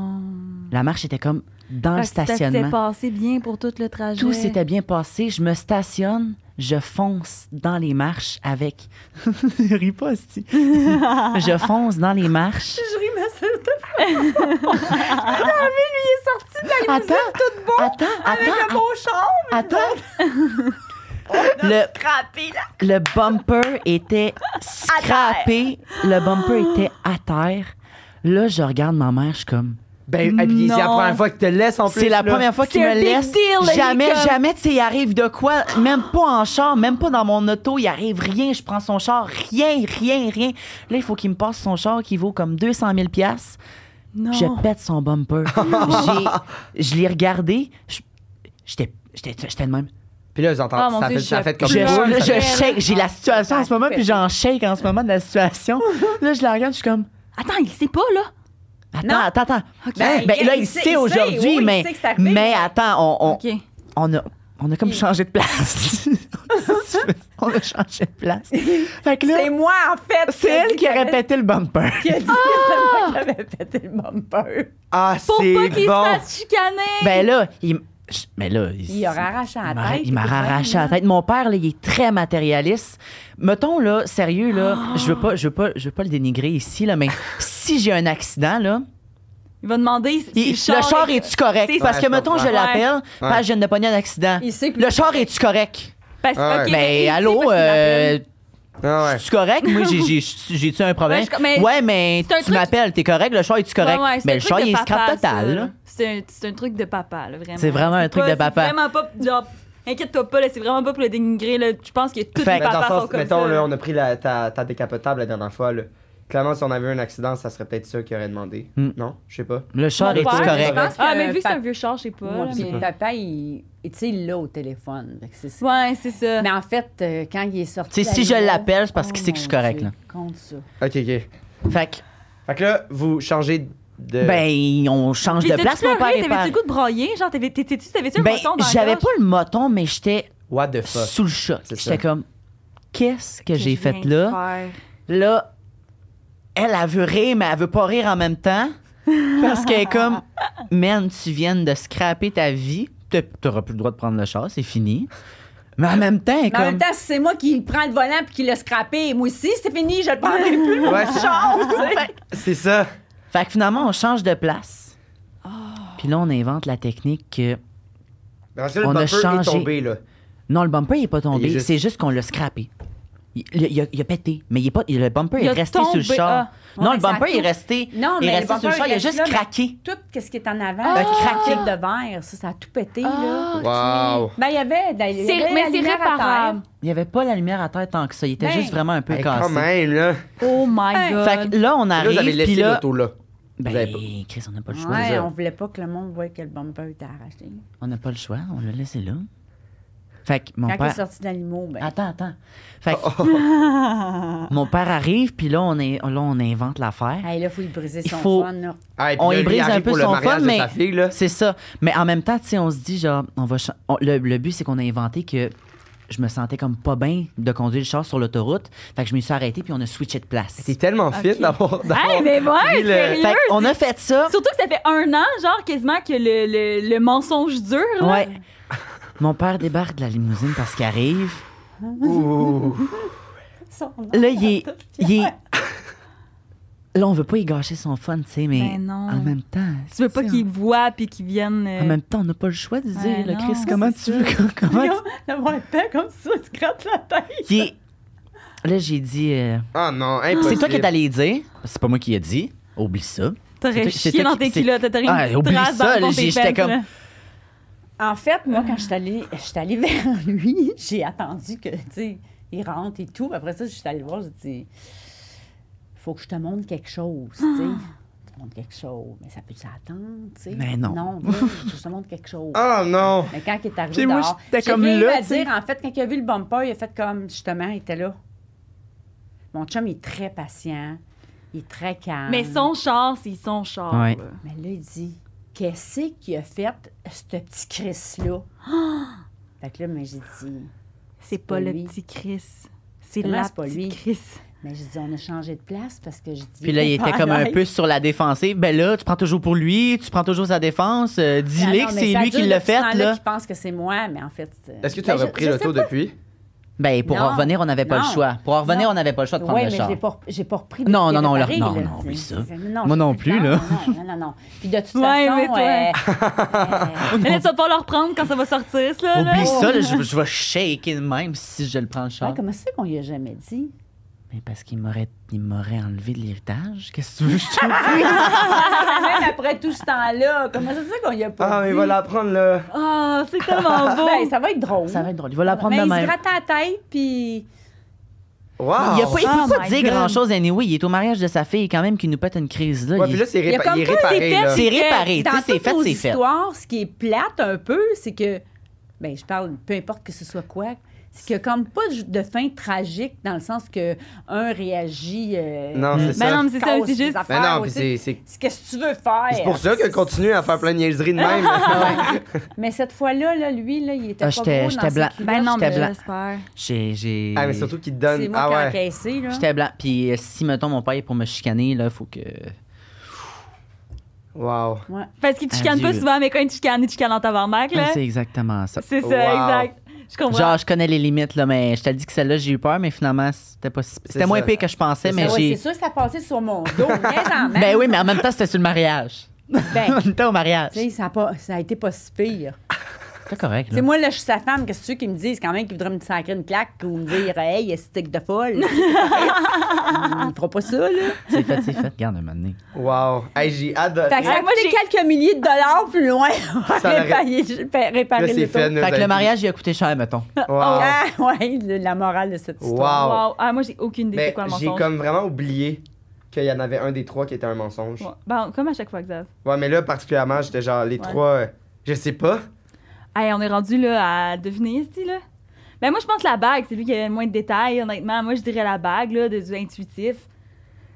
S3: La marche était comme dans le
S2: Ah, Fait que Ça s'est
S3: stationnement.
S2: passé bien pour tout le trajet.
S3: Tout s'était bien passé. Je me stationne, je fonce dans les marches avec. Je ris pas, c'ti. Je fonce dans les marches.
S4: Je ris, mais c'est
S3: Attends, attends, attends,
S4: mon char,
S3: attends. Le,
S4: frappé, là.
S3: le bumper était scrappé. Le bumper était à terre. Là, je regarde ma mère, je suis comme.
S1: Ben, et puis c'est la
S2: Non.
S1: première fois que tu te laisses en plus.
S3: C'est la
S1: là.
S3: première fois qu'il
S2: C'est
S3: me
S2: un big
S3: laisse.
S2: deal, là,
S3: jamais,
S2: il est comme-
S3: jamais, tu sais, il arrive de quoi, même pas en char, même pas dans mon auto, il arrive rien, je prends son char, rien, rien, rien. Là, il faut qu'il me passe son char qui vaut comme 200 000 pièces.
S2: Non.
S3: Je pète son bumper. J'ai- je l'ai regardé, je- j'étais j'étais j'étais de même.
S1: Puis là, j'entends,
S2: Ah, mon
S1: ça,
S2: Dieu,
S1: fait, ça
S2: je
S1: fait
S3: Je,
S1: comme
S2: pleure.
S1: boule,
S3: là,
S1: ça fait-
S3: je shake, j'ai la situation en ce moment, puis j'en shake en ce moment de la situation. Là, je la regarde, je suis comme,
S2: Attends, il sait pas, là.
S3: attends,
S4: Non.
S3: attends, attends.
S4: Ben,
S3: Ben,
S4: il-
S3: là,
S4: il
S3: il
S4: sait-
S3: sait
S4: il sait,
S3: aujourd'hui,
S4: oui,
S3: mais,
S4: il sait que c'est arrivé.
S3: mais attends, on, on-
S2: OK.
S3: on a, on a comme changé de place. on a changé de place. Fait que
S4: C'est
S3: là,
S4: moi, en fait.
S3: c'est elle qui a répété le bumper.
S4: Qui a dit ah! qu'elle avait pété le bumper.
S1: Ah,
S2: Pour pas qu'il
S1: c'est
S2: se
S1: bon.
S2: fasse chicaner.
S3: Ben là, il. m- je- Mais là,
S4: Il aurait arraché la
S3: il m'aurait-
S4: tête.
S3: Il m'a arraché la tête. Mon père, là, il est très matérialiste. Mettons, là, sérieux, là, je veux pas, je veux pas, je veux pas le dénigrer ici, là, mais si j'ai un accident, là,
S2: Il va demander si
S3: il- le char est-tu correct?
S2: c'est-
S3: Parce que,
S1: Ouais,
S3: mettons, je
S1: ouais.
S3: l'appelle, parce que je viens de pogner un accident.
S4: Il sait que-
S3: Le char est-tu correct?
S2: Parce
S1: Ouais.
S2: ok, il
S3: Mais
S2: sait parce
S3: Ben, allô,
S2: qu'il
S3: euh,
S2: m'appelle.
S1: Ah, ouais.
S3: tu correct? Moi, j'ai- j'ai- j'ai-tu un problème?
S2: Ouais, je- mais-
S3: ouais, mais
S2: c'est un
S3: tu
S2: truc-
S3: m'appelles, t'es correct, le char est-tu correct?
S2: Ouais, ouais, c'est
S3: mais
S2: un
S3: le
S2: truc
S3: char,
S2: de
S3: il est
S2: papa,
S3: scrap
S2: ça,
S3: total, là.
S2: là. C'est un, c'est un truc de papa, là, vraiment.
S3: C'est vraiment un
S2: C'est
S3: truc
S2: pas-
S3: de papa.
S2: C'est vraiment pas, genre, inquiète-toi pas, là, c'est vraiment pas pour le dénigrer, là. Je pense que tous
S3: Fait
S2: les
S3: que
S1: Mais dans le
S2: papas sont
S1: sens,
S2: comme
S1: mettons,
S2: ça.
S1: là, on a pris la, ta, ta décapotable la dernière fois. Là. Clairement, si on avait eu un accident, ça serait peut-être ça qu'il aurait demandé.
S3: Hmm.
S1: Non, je sais pas.
S3: Le
S2: Mon
S3: char est-tu
S2: père, je
S3: correct?
S4: pense
S2: Ah,
S4: que
S2: mais vu que c'est
S4: pap-
S2: un vieux char, je sais pas,
S4: Moi,
S2: là,
S4: puis
S2: mais-
S4: papa, il, il- tu sais, il l'a au téléphone. Fait que c'est ça.
S2: Ouais, c'est ça.
S4: Mais en fait, euh, quand il est sorti.
S3: Tu sais, si
S4: la
S3: je
S4: loi-
S3: l'appelle, c'est parce qu'il
S4: Oh
S3: sait que je suis
S4: mon
S3: correct,
S4: Dieu,
S3: là.
S4: Compte ça.
S1: Ok, ok.
S3: Fait que,
S1: Fait que là, vous changez de.
S3: ben, on change
S2: Puis
S3: de
S2: t'as-tu
S3: place, mon
S2: pleuré?
S3: père est
S2: T'avais-tu
S3: pas-
S2: le goût de broyer? Genre, t'avais- t'étais-tu t'avais-tu un
S3: Ben,
S2: bouton dans la
S3: j'avais
S2: gorge?
S3: pas le moton, mais j'étais
S1: What the fuck?
S3: sous le choc.
S1: C'est ça.
S3: J'étais comme, qu'est-ce que,
S2: que je
S3: j'ai fait
S2: viens de
S3: là?
S2: faire.
S3: Là, elle, elle veut rire, mais elle veut pas rire en même temps. Parce qu'elle est comme, man, tu viens de scraper ta vie. T'a- T'auras plus le droit de prendre le char, c'est fini. Mais en même temps, elle est
S4: Mais en
S3: comme.
S4: même temps, si c'est moi qui prends le volant puis qui l'a scrappé, moi aussi, c'est fini, je le prendrai plus. mon
S1: Ouais, c'est-
S4: char, tu sais.
S1: C'est ça.
S3: Fait que finalement, on change de place.
S2: Oh.
S3: Puis là, on invente la technique que.
S1: Ben, Parce que le
S3: On a
S1: bumper
S3: changé.
S1: est tombé, là.
S3: Non, le bumper, il est pas tombé.
S1: Il est juste-
S3: C'est juste qu'on l'a scrappé. Il, il- il a, il a pété, mais il est pas, il- le bumper
S2: Il
S3: est
S2: a
S3: resté sur le
S2: tombé,
S3: char.
S2: ah.
S3: non,
S4: Ouais,
S3: le
S4: ça a
S3: bumper il est
S4: tout-
S3: resté.
S4: Non,
S3: il est
S4: mais
S3: resté
S4: le
S3: sur le
S4: bumper,
S3: char, il a
S4: il
S3: juste
S4: reste là,
S3: craqué.
S4: Tout ce qui est en
S3: Ah!
S4: avant, le craqué de verre, ça, ça a tout pété,
S2: Ah,
S4: là.
S1: Wow.
S4: Ben, il y avait. de- il y avait
S2: C'est-
S4: la
S2: Mais c'est
S4: lumière à
S2: réparable.
S3: Il n'y avait pas la lumière à terre tant que ça. Il était
S4: Ben,
S3: juste vraiment un peu
S1: Hey, quand
S3: cassé.
S1: même, là.
S2: Oh my
S4: Hey.
S2: god.
S3: Fait que là, on
S1: Là, vous avez
S3: arrive, puis
S1: laissé
S3: là.
S1: l'auto, là. Vous
S3: Ben,
S1: avez pas-
S3: Chris, on n'a pas le
S4: terre.
S3: choix.
S4: Ouais,
S1: ça.
S4: on voulait pas que le monde voie que le bumper était arraché.
S3: On n'a pas le choix, on l'a laissé là. Fait que mon
S4: Quand il est
S3: père.
S4: sorti de l'animaux, ben.
S3: Attends, attends. Fait que
S1: Oh,
S3: mon père arrive, puis là, on, est, là, on invente l'affaire.
S4: Hey, là, faut y briser
S3: Il
S4: son
S3: faut-
S4: fun, là.
S1: Ah, et puis
S3: on
S1: là,
S3: y
S1: lui,
S3: brise
S1: il
S3: un
S1: arrive
S3: peu
S1: pour le
S3: son
S1: mariage
S3: fun,
S1: de
S3: mais
S1: sa fille, là.
S3: c'est ça. Mais en même temps, tu sais, on se dit genre, on va, cha- on- le, le but c'est qu'on a inventé que je me sentais comme pas bien de conduire le char sur l'autoroute. Fait que je me suis arrêtée puis on a switché de place.
S1: C'est tellement fit
S2: Ok.
S1: d'avoir. d'avoir
S2: Hey, mais ouais,
S1: pris le-
S2: sérieux.
S3: Fait on a fait ça.
S2: Surtout que ça fait un an, genre, quasiment que le, le, le mensonge dure. Là.
S3: Ouais. Mon père débarque de la limousine parce qu'il arrive.
S1: Ouh.
S4: Son nom.
S3: Là, il est, il est- Là, on veut pas y gâcher son fun, tu sais, mais
S2: Ben non.
S3: en même temps,
S2: Tu veux pas
S3: c'est- Ah,
S2: qu'ils voient puis qu'ils viennent. euh,
S3: En même temps, on n'a pas le choix de dire,
S1: Ben
S2: Ouais,
S3: là,
S2: non,
S3: Chris,
S2: c'est
S3: comment tu veux. Comment tu...
S4: D'avoir un paix comme ça, tu grattes la tête.
S3: Qui est- Là, j'ai dit. euh,
S1: Ah non, impossible.
S3: C'est toi qui est allé dire. C'est pas moi qui ai dit. Oublie ça. C'est
S2: T'aurais
S3: toi- c'est
S2: chié
S3: toi
S2: dans
S3: qui-
S2: tes
S3: c'est-
S2: culottes, t'aurais
S3: Ah,
S2: une
S3: oublie
S2: petite trace
S3: ça,
S2: dans le
S3: là,
S2: fond de tes
S3: j'étais
S2: fesses,
S3: comme-
S2: là.
S4: En fait, moi, quand je suis allée, je suis allée vers lui, j'ai attendu que, tu sais, il rentre et tout. Après ça, je suis allée le voir, j'ai dit, faut que je te montre quelque chose, tu sais. Je te montre quelque chose, mais ça peut s'attendre, tu sais.
S3: Mais Ah. Ben non.
S4: Non, viens, je te montre quelque chose.
S1: Ah non.
S4: Mais quand il est arrivé
S3: Puis moi,
S4: dehors,
S3: j'étais
S4: j'ai
S3: comme
S4: rien eu
S3: là,
S4: à
S3: tu sais.
S4: dire, en fait, quand il a vu le bumper, il a fait comme, justement, il était là. Mon chum, il est très patient, il est très calme.
S2: Mais son char, c'est son char.
S3: Ouais.
S2: là.
S4: Mais là, il dit Qu'est-ce qu'il a fait, ce petit Chris-là Fait que là, mais j'ai dit
S2: C'est
S4: pas
S2: pas le
S4: lui.
S2: petit Chris. C'est
S4: Comment
S2: la
S4: c'est pas lui?
S2: petite Chris.
S4: Mais j'ai dit On a changé de place parce que j'ai dit
S3: Puis là, il était comme un peu sur la défensive. Ben là, tu prends toujours pour lui, tu prends toujours sa défense. euh, Dis-le que c'est lui qui l'a fait, là.
S4: Je pense que c'est moi, mais en fait. euh,
S1: Est-ce que tu
S4: ben,
S1: as
S4: je-
S1: repris
S4: je
S1: l'auto
S4: sais pas.
S1: depuis?
S3: Ben, pour
S4: Non.
S3: en revenir, on n'avait pas
S4: Non.
S3: le choix. Pour en revenir,
S4: Non.
S3: on n'avait pas le choix de prendre
S4: Oui,
S3: le
S4: mais
S3: char.
S4: j'ai pas, j'ai pas repris.
S3: Non,
S4: depuis
S3: non, non,
S4: qu'il
S3: on
S4: est
S3: l'a-
S4: pareil,
S3: non,
S4: là,
S3: non,
S4: tu
S3: oublie
S4: sais.
S3: ça.
S4: C'est- non,
S3: Moi
S4: j'ai
S3: non
S4: pris
S3: plus,
S4: le
S3: là.
S4: temps, Non, non, non, non. Puis de toute
S2: Ouais, mais
S4: façon,
S2: toi.
S4: euh, euh,
S2: Mais là, tu vas pas le reprendre quand ça va sortir, ça. là.
S3: Oublie ça, là, je, je vais shaker de même si je le prends le char.
S4: ouais, comment ça fait qu'on lui a jamais dit
S3: Mais parce qu'il m'aurait il m'aurait enlevé de l'héritage. Qu'est-ce que tu veux, je te dise?
S4: Même après tout ce temps-là, comment ça se fait qu'on lui a pas
S1: Ah,
S4: dit
S1: mais voilà, prendre le.
S2: Ah, c'est tellement beau.
S4: Ben, ça va être drôle.
S3: Ça va être drôle. Il va la prendre
S4: mais
S3: de
S4: il se
S3: même.
S4: gratte la tête, puis...
S1: Wow!
S3: Il a pas, il
S2: Oh
S3: peut pas
S2: my
S3: dire
S2: God.
S3: grand-chose, anyway. Il est au mariage de sa fille, quand même, qui nous pète une crise, là.
S1: Ouais,
S3: Il-
S1: puis là, c'est
S4: Il y a
S1: répa-
S4: comme
S1: il est
S4: comme
S1: réparé.
S2: c'était-
S1: là.
S3: C'est réparé, tu
S4: Dans
S3: sais, c'est
S4: toutes
S3: fait,
S4: nos
S3: c'est fait.
S4: histoires, ce qui est plate un peu, c'est que... Ben, je parle, peu importe que ce soit quoi, c'est qu'il y a comme pas de- de fin tragique dans le sens que un réagit... euh,
S1: Non, c'est
S2: Ben
S1: ça.
S2: non, mais c'est ça,
S4: cause
S2: c'est
S4: des
S2: juste-
S1: Mais
S4: affaires,
S1: non,
S4: tu
S1: puis
S4: sais.
S1: c'est. C'est
S4: C'est Qu'est-ce que tu veux faire?
S1: c'est pour ça qu'elle continue à faire plein de niaiseries de même.
S4: Mais cette fois-là, là, lui, là, il était
S3: Ah,
S4: pas
S3: j'étais-
S4: gros
S3: j'étais
S4: dans ses
S3: blanc.
S4: culottes.
S2: Ben non, mais
S3: J'étais blanc.
S2: j'espère.
S3: J'ai. j'ai-
S1: ah, mais surtout qu'il te
S4: C'est
S1: donne.
S4: moi
S1: Ah
S4: qui ai
S1: ouais.
S4: encaissé, là.
S3: J'étais blanc. Puis euh, si, mettons, mon père est pour me chicaner, là, faut que.
S1: Wow.
S4: Ouais.
S2: Parce qu'il te chicane pas
S3: Adieu.
S2: souvent, mais quand il te chicane, il te chicane en tabarnak,
S3: Ah,
S2: là.
S3: c'est exactement ça.
S2: C'est ça,
S1: Wow.
S2: exact. Je comprends.
S3: Genre, je connais les limites, là, mais je te dis que celle-là, j'ai eu peur, mais finalement, c'était pas si- C'était
S1: C'est
S3: moins
S1: ça.
S3: pire que je pensais, mais
S4: Ouais,
S3: j'ai.
S4: c'est sûr que ça passait sur mon dos. Mais en même
S3: Ben oui, mais en même temps, c'était sur le mariage.
S4: Ben,
S3: On était au mariage.
S4: Tu sais, ça a, pas, ça a été pas si pire.
S3: C'était correct,
S4: Tu
S3: là.
S4: sais, moi, là, je suis sa femme, qu'est-ce que tu veux qu'ils me disent quand même qu'ils voudraient me sacrer une claque ou me dire, hey, est stick de folle? Ils feront pas ça, là.
S3: C'est fait, c'est fait. Regarde, un moment donné.
S1: Wow. Hey, j'ai adoré.
S4: Fait que ça a
S2: Moi,
S4: coûté quelques milliers de dollars plus loin pour
S1: Ça aurait-
S4: réparer, j'ai
S1: Là,
S4: fait- réparer
S1: c'est
S4: le
S1: fait.
S4: fait...
S1: nous
S3: Fait que
S1: avez-
S3: le mariage, il a coûté cher, mettons.
S1: Wow.
S4: Ah, ouais, le- la morale de cette histoire.
S1: Wow.
S2: Wow. Ah, moi, j'ai aucune idée c'est
S1: Mais
S2: quoi le
S1: Ben, j'ai
S2: mensonge.
S1: comme vraiment oublié qu'il y en avait un des trois qui était un mensonge.
S2: Ouais. Ben, comme à chaque fois, Xav.
S1: Ouais, mais là, particulièrement, j'étais genre, les
S2: Ouais.
S1: trois, euh, je sais pas.
S2: Hey, on est rendu là à deviner, ce là. Ben moi je pense la bague, c'est lui qui avait le moins de détails, honnêtement. Moi je dirais la bague là, de, du intuitif.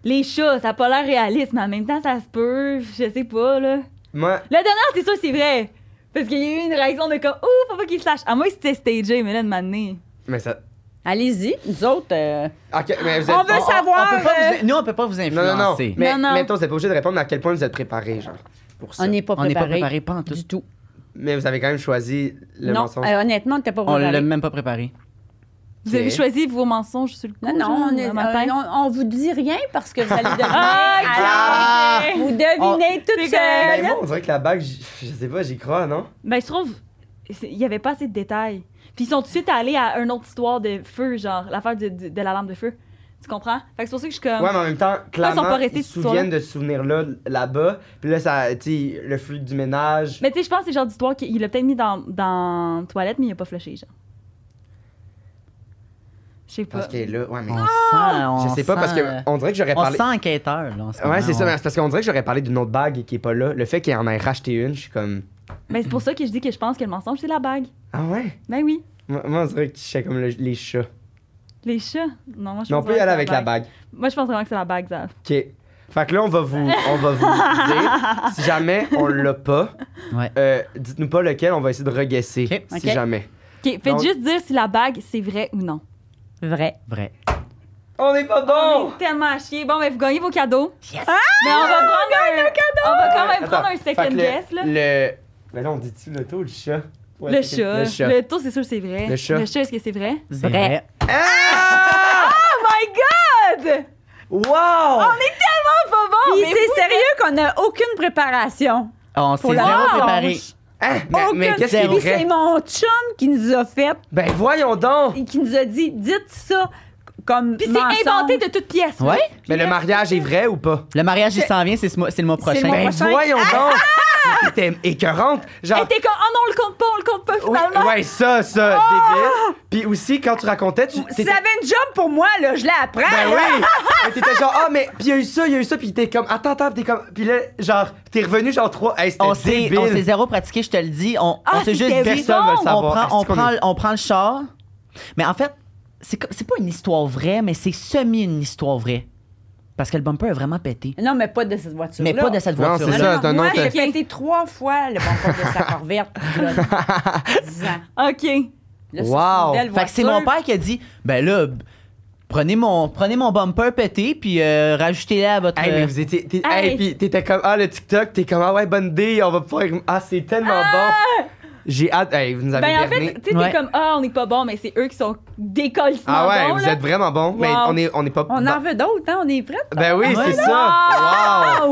S2: Les chats, ça a pas l'air réaliste, mais en même temps ça se peut, je sais pas là.
S1: Moi,
S2: La dernière, c'est sûr c'est vrai. Parce qu'il y a eu une réaction de comme Ouh, faut pas qu'il se lâche. À moins que c'était stagé, mais là de m'amener.
S1: mais ça.
S4: Allez-y, nous autres. euh,
S1: Ok, mais vous êtes.
S4: On veut savoir.
S3: on peut pas
S4: euh,
S3: vous- Nous, on peut pas vous
S1: Non,
S3: influencer.
S1: non, non. Mais
S2: Non, non.
S1: mettons, vous êtes pas obligé de répondre à quel point vous êtes préparé, genre. Pour ça.
S4: on n'est pas
S3: On n'est pas
S4: préparé.
S3: préparé, pas en tout.
S4: du tout.
S1: Mais vous avez quand même choisi le
S4: non,
S1: mensonge.
S4: euh, honnêtement, on n'était pas
S3: On l'a
S4: préparé.
S3: même pas préparé.
S2: Vous avez
S1: Ok.
S2: choisi vos mensonges sur le coup.
S4: Non, non,
S2: genre,
S4: on, est-
S2: le matin.
S4: euh, on, on vous dit rien parce que vous allez devenir.
S2: Ah, ok.
S1: Ah!
S4: Vous devinez tout
S2: c'est
S1: Mais
S4: seul.
S1: Ben, moi, on dirait que la bague, j- je sais pas, j'y crois, non?
S2: Ben, je trouve, c'est- il y avait pas assez de détails. Puis ils sont tout de suite allés à une autre histoire de feu, genre l'affaire de, de, de la lampe de feu. Tu comprends? Fait que c'est pour ça que je suis comme.
S1: Ouais, mais en même temps, clairement,
S2: Euh, pas restés
S1: ils se
S2: sur ce
S1: souviennent de ce souvenir-là là-bas. Puis là, ça, tu sais, le flux du ménage.
S2: Mais tu sais, je pense que c'est le genre d'histoire qu'il a peut-être mis dans, dans toilette, mais il a pas flushé, genre. Je sais pas.
S1: Parce que là, ouais, mais.
S3: On sent.
S4: Ah!
S3: on
S1: je sais pas, parce
S3: sent,
S1: que
S3: euh,
S1: on dirait que j'aurais
S3: On
S1: parlé.
S3: sent enquêteur, là. en ce
S1: Ouais,
S3: moment,
S1: c'est ça,
S3: on-
S1: mais c'est parce qu'on dirait que j'aurais parlé d'une autre bague qui est pas là. Le fait qu'il en ait racheté une, je suis comme.
S2: Mais c'est pour ça que je dis que je pense que le mensonge, c'est la bague.
S1: Ah ouais?
S2: Ben oui.
S1: Moi, moi, on dirait que je suis comme le- les chats.
S2: Les chats. Non, moi, je
S1: Mais on
S2: pense
S1: peut y
S2: vraiment
S1: aller
S2: que
S1: avec
S2: c'est
S1: la bague.
S2: Moi, je pense vraiment que c'est la bague, Zav.
S1: OK. Fait que là, on va vous, on va vous dire. Si jamais on l'a pas,
S3: Ouais.
S1: euh, dites-nous pas lequel, on va essayer de reguesser.
S3: Ok.
S1: Si
S4: Ok.
S1: jamais.
S2: OK, faites
S1: Donc-
S2: juste dire si la bague, c'est vrai ou non.
S4: Vrai.
S3: Vrai.
S1: On n'est pas
S2: On
S1: bon!
S2: est tellement à chier. Bon, ben, vous gagnez vos cadeaux. Oh! Mais on va prendre un... On va quand même prendre un second guess, là.
S1: Le. le... Mais là, on dit-tu le taux ou le chat? Ouais,
S2: le,
S1: c'est-
S2: chat.
S1: Le chat.
S2: Le taux, c'est sûr, c'est vrai.
S1: Le chat.
S2: Le chat, est-ce que c'est vrai?
S3: C'est
S4: Vrai.
S3: vrai.
S1: Ah!
S2: Oh my God!
S3: Wow!
S2: C'est pas bon,
S4: Puis
S2: Ah, mais
S4: c'est
S2: vous-
S4: sérieux qu'on n'a aucune préparation
S3: On s'est
S4: pour la
S3: zéro séparés.
S4: revanche.
S1: Hein? Mais,
S4: Aucune.
S1: mais qu'est-ce qui est
S4: Puis c'est
S1: vrai?
S4: mon chum qui nous a fait,
S1: Ben voyons donc!
S4: et qui nous a dit, dites ça comme
S2: Puis
S4: mensonge.
S2: c'est inventé de toutes pièces.
S3: Ouais?
S1: Mais le mariage est vrai ou pas?
S3: Le mariage, il s'en vient, c'est ce mois- c'est le mois
S4: le
S3: prochain.
S4: mois
S1: Ben
S4: prochain.
S1: voyons donc! C'était écœurante! Genre,
S2: Ah! Elle était Oh! comme, oh non, on le compte pas, on le compte pas
S1: Oui,
S2: finalement.
S1: ouais, ça, ça, débile. Puis aussi, quand tu racontais, tu.
S4: Si
S1: t'étais-
S4: ça avait une job pour moi, là, je l'apprends.
S1: Ben oui! Mais t'étais genre, ah, mais. Puis il y a eu ça, il y a eu ça, puis t'es comme, attends, attends, puis t'es comme. Puis là, genre, t'es revenu genre trois. Hey, c'était
S3: On s'est on s'est
S1: débile.
S3: zéro pratiqué, je te le dis. On,
S2: Ah,
S3: on s'est juste
S2: c'était
S3: dit,
S1: Personne veut le
S3: on
S1: savoir.
S3: prend,
S1: Est-ce
S3: on,
S1: qu'on
S3: prend,
S1: est-
S3: le- on prend le char. Mais en fait, c'est co- c'est pas une histoire vraie, mais c'est semi une histoire vraie. Parce que le bumper a vraiment pété.
S4: Non, mais pas de cette voiture.
S3: Mais pas de cette
S1: Non,
S3: voiture.
S1: c'est ça. c'est un
S4: moi,
S1: autre-
S4: j'ai pété trois fois le bumper de sa Corvette. Là, 10 ans.
S2: OK.
S4: Là,
S1: Wow.
S4: c'est une belle
S3: Fait que c'est
S4: voiture.
S3: mon père qui a dit, ben là, b- prenez mon, prenez mon bumper pété, puis euh, rajoutez-le à votre.
S1: Hey, mais
S3: euh,
S1: vous étiez. t'es-
S2: Hey.
S1: Hey, puis t'étais comme, ah, le TikTok, t'es comme, ah ouais, bonne idée, on va pouvoir. Ah, c'est tellement bon. J'ai hâte. Hey, vous nous avez
S2: Ben en
S1: berné.
S2: fait, tu sais, t'es
S3: Ouais.
S2: comme, ah, on n'est pas bon, mais c'est eux qui sont décollés.
S1: Ah ouais, vous êtes vraiment bon. Mais
S2: Wow.
S1: on est, on est pas.
S4: On en
S1: ben,
S4: veut d'autres, hein? On est prêts?
S1: ben oui,
S3: Ouais.
S1: c'est
S2: Ah,
S1: ça. Wow.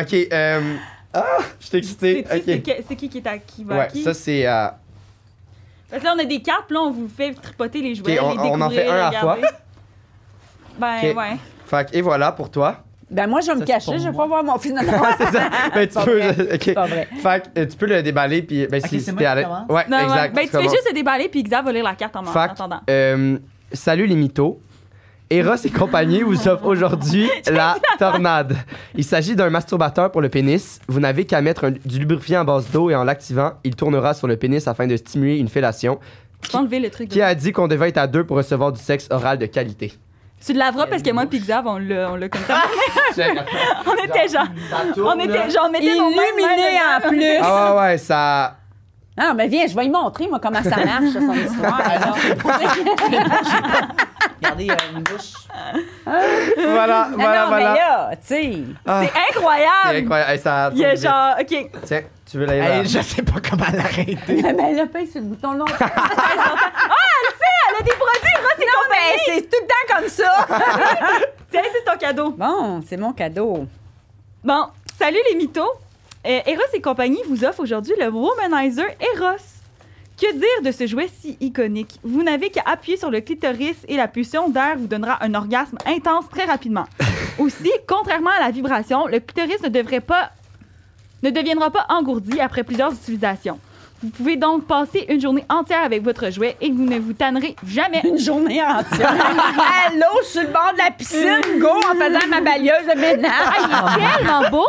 S1: Ok, euh. Ah, je t'ai excité.
S2: C'est
S1: Ok.
S2: qui- c'est qui qui est à qui va à
S1: Ouais,
S2: qui?
S1: ça, c'est. euh,
S2: Parce que là, on a des cartes, puis là, on vous fait tripoter les jouets,
S1: Ok, on-
S2: les
S1: on en fait
S2: découvrir,
S1: un à la
S2: regarder. Ben
S1: Ok.
S2: ouais.
S1: Fait que, et voilà pour toi.
S4: Ben moi, je vais me
S3: Ça, c'est
S4: cacher,
S3: pour
S4: je vais
S3: moi.
S4: pas voir mon fils. Non, non,
S1: C'est ça. Ben, tu
S4: Pas
S1: peux.
S4: vrai.
S1: ok.
S4: c'est pas vrai.
S1: Fait que, euh, tu peux le déballer, puis ben,
S3: Ok,
S1: si,
S3: c'est
S1: si
S3: moi
S1: t'es
S3: qui
S1: à l'aise.
S3: commence?
S1: Ouais,
S2: Non, ouais.
S1: exact.
S2: Ben, tu fais
S1: commences.
S2: juste le déballer, puis Xav va lire la carte en, en
S1: Fait que,
S2: attendant.
S1: euh, salut les mythos. Eros et compagnie vous offre aujourd'hui la tornade. Il s'agit d'un masturbateur pour le pénis. Vous n'avez qu'à mettre un- du lubrifiant à base d'eau et en l'activant, il tournera sur le pénis afin de stimuler une fellation.
S2: Tu peux enlever le truc. de-
S1: Qui a dit qu'on devait être à deux pour recevoir du sexe oral de qualité?
S2: Tu le laveras parce que moi, puis Xav, on l'a on l'a comme ça. on était genre. On était genre, on mettait nos mains de
S4: Illuminé
S2: même.
S4: en plus.
S1: Ah ouais, ouais, ça.
S4: Non, mais ben, viens, je vais lui montrer, moi, comment ça marche, son histoire. alors.
S3: Regardez, euh, une bouche.
S1: Voilà,
S4: Non,
S1: voilà,
S4: Ah non,
S1: voilà.
S4: mais là, tu sais.
S1: Ah,
S2: C'est incroyable.
S1: c'est incroyable. Hey, ça
S2: Il est
S1: tourne vite.
S2: genre, OK.
S1: Tiens, tu veux la
S3: Hey, je sais pas comment l'arrêter.
S4: Mais Ben, là, paye sur le bouton long.
S2: Elle a des produits, Ross et
S4: Non, mais
S2: compagnie.
S4: c'est tout le temps comme ça.
S2: Tiens, c'est ton cadeau.
S4: Bon, c'est mon cadeau.
S2: Bon, salut les mythos. Euh, Eros et compagnie vous offre aujourd'hui le Womanizer Eros. Que dire de ce jouet si iconique? Vous n'avez qu'à appuyer sur le clitoris et la pulsion d'air vous donnera un orgasme intense très rapidement. Aussi, contrairement à la vibration, le clitoris ne devrait pas ne deviendra pas engourdi après plusieurs utilisations. Vous pouvez donc passer une journée entière avec votre jouet et vous ne vous tannerez jamais.
S4: Une journée entière. Allô, sur le bord de la piscine, go, en faisant ma balayeuse de ménage.
S2: Ah, il est tellement beau,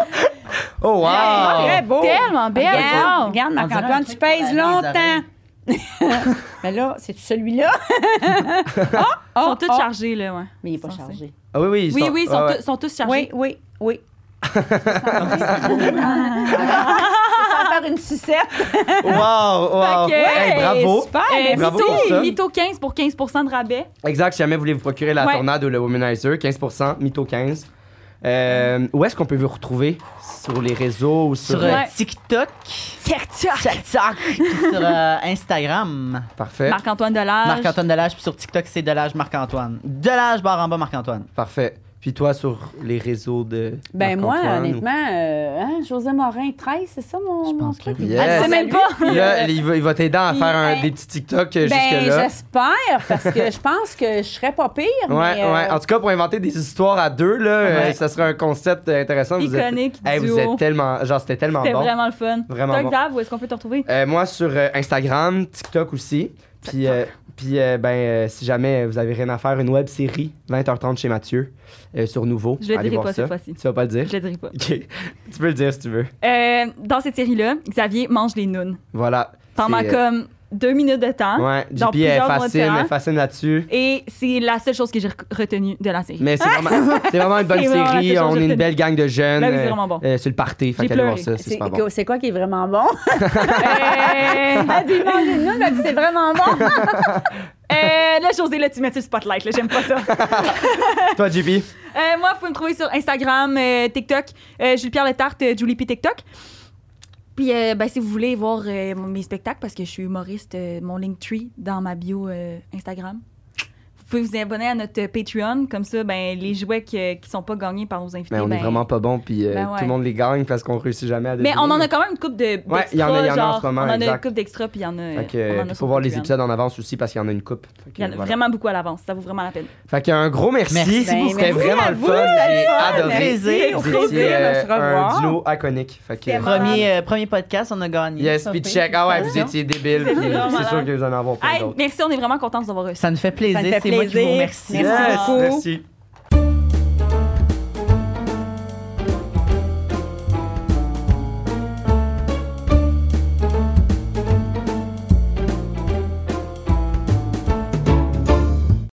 S1: Oh, wow!
S4: Très beau.
S2: tellement belle.
S4: Regarde,
S2: wow.
S4: regarde Marc-Antoine, tu pèses longtemps. Mais là, c'est celui-là.
S2: Ils
S4: Ah,
S2: sont tous
S4: ah.
S2: chargés là, ouais.
S4: Mais il n'est pas
S2: Censé.
S4: chargé.
S1: Ah oui, oui, ils
S2: Oh, Oui,
S1: sont-
S2: oui, ils sont,
S1: ouais,
S2: tous- sont tous chargés.
S4: Oui, oui, oui. Ça va faire une sucette.
S1: ouais. Wow, wow.
S2: Fait que-
S1: Hey, bravo.
S4: Super.
S2: Euh,
S1: Eh, Bravo
S2: mytho,
S1: pour ça.
S2: mytho 15 pour 15 de rabais.
S1: Exact, si jamais vous voulez vous procurer la
S2: Ouais.
S1: tornade ou le womanizer, 15%, mytho 15. Euh, où est-ce qu'on peut vous retrouver? Sur les réseaux ou sur...
S3: Sur euh,
S2: Ouais.
S3: TikTok. TikTok. TikTok. Puis sur euh, Instagram.
S1: Parfait,
S2: Marc-Antoine Delage.
S3: Marc-Antoine Delage. Puis sur TikTok, c'est Delage Marc-Antoine. Delage barre en bas Marc-Antoine.
S1: parfait. Puis toi, sur les réseaux de
S4: Ben moi,
S1: Marc-Antoine
S4: honnêtement, euh, hein, José Morin 13, c'est ça mon,
S3: Je
S4: mon
S3: pense que
S4: truc?
S3: oui.
S1: Yes.
S4: Elle
S2: C'est
S4: sait
S2: même pas.
S1: ou- Puis là, il va, il va t'aider à
S4: Puis,
S1: faire un-
S4: ben-
S1: des petits TikTok euh,
S4: Ben,
S1: jusque-là.
S4: j'espère, parce que je pense que je serais pas pire.
S1: Ouais,
S4: mais, euh,
S1: ouais. En tout cas, pour inventer des histoires à deux, là, euh,
S3: Ouais.
S1: ça serait un concept euh, intéressant. Vous êtes-
S2: Iconique,
S1: Hey,
S2: duo.
S1: vous êtes tellement... Genre, c'était tellement
S2: C'était
S1: bon.
S2: vraiment le fun.
S1: Vraiment
S2: Toi,
S1: bon.
S2: Xav, où est-ce qu'on peut te retrouver?
S1: Euh, moi, sur euh, Instagram, TikTok aussi. Puis, euh, puis euh, ben, euh, si jamais euh, vous avez rien à faire, une web série 20h30 chez Mathieu euh, sur Nouveau.
S2: Je le
S1: Allez
S2: dirai
S1: voir
S2: pas
S1: ça.
S2: cette fois-ci.
S1: Tu vas pas le dire?
S2: Je le dirai pas.
S1: Ok. tu peux le dire si tu veux.
S2: Euh, dans cette série-là, Xavier mange les nounes.
S1: Voilà.
S2: Pendant
S1: C'est, euh,
S2: comme deux minutes de temps.
S1: Ouais,
S2: hein?
S1: JP
S2: dans
S1: est
S2: plusieurs mois
S1: facile,
S2: différents.
S1: est facile là-dessus.
S2: Et c'est la seule chose que j'ai re- retenue de la série.
S1: Mais c'est vraiment, c'est vraiment une bonne
S2: C'est vraiment la
S1: série.
S2: seule chose
S1: On
S2: que
S1: est
S2: j'ai
S1: une belle gang de jeunes.
S2: Ben oui, c'est
S1: euh,
S2: vraiment bon.
S1: euh, sur le party. Fait
S2: J'ai
S1: qu'allez voir
S2: pleuré.
S1: ça. C'est
S4: c'est
S1: super bon.
S4: c'est quoi qui est vraiment bon?
S2: Euh,
S4: Elle dit, mange une noune, elle dit, c'est vraiment bon.
S2: euh, là, José, là, tu mets le spotlight. là, J'aime pas ça.
S1: Toi, JP?
S2: Euh, moi, vous pouvez me trouver sur Instagram, euh, TikTok, euh, Jules-Pierre Letarte, euh, Julie P. TikTok. Puis, euh, ben, si vous voulez voir euh, mon- mes spectacles, parce que je suis humoriste, euh, mon Linktree dans ma bio euh, Instagram, Vous pouvez vous abonner à notre euh, Patreon. Comme ça, ben, les jouets qui, qui sont pas gagnés par nos invités.
S1: Mais on
S2: ben-
S1: est vraiment pas bon, puis euh,
S2: ben ouais.
S1: tout le monde les gagne parce qu'on réussit jamais à
S2: Mais
S1: deviner.
S2: on en a quand même une coupe de.
S1: Ouais, il y en a- il y en a en ce moment,
S2: On en a une
S1: exact.
S2: coupe d'extra, puis il y en a.
S1: Fait que,
S2: on en a
S1: euh,
S2: sur
S1: faut voir les
S2: Patreon.
S1: épisodes en avance aussi parce qu'il y en a une coupe. Fait que,
S2: Il y en a
S1: voilà.
S2: vraiment beaucoup à l'avance. Ça vaut vraiment la peine.
S1: Fait qu'un gros merci.
S3: Merci
S4: beaucoup.
S1: C'était
S4: Merci
S1: vraiment
S4: à
S1: le
S4: vous,
S1: fun. J'ai
S4: fun.
S1: adoré.
S3: Plaisir.
S4: Merci, au
S1: Vous
S4: plaisir
S1: étiez,
S4: de se
S1: euh, un
S4: revoir.
S1: duo iconique. Fait que,
S4: C'était
S3: Premier, euh, premier podcast, on a gagné.
S1: yes,
S3: Ça
S1: puis
S3: fait-
S1: check. Ah ouais, vous étiez débiles.
S2: C'était
S1: puis
S2: vraiment
S1: C'est sûr
S2: malade.
S1: que vous en avez plein
S2: Hey,
S1: d'autres.
S2: merci, on est vraiment contents de vous avoir reçu.
S3: Ça nous fait plaisir.
S4: Ça nous fait
S3: C'est moi qui vous
S4: plaisir.
S3: remercie.
S4: Merci
S1: Yes,
S4: beaucoup.
S1: Merci.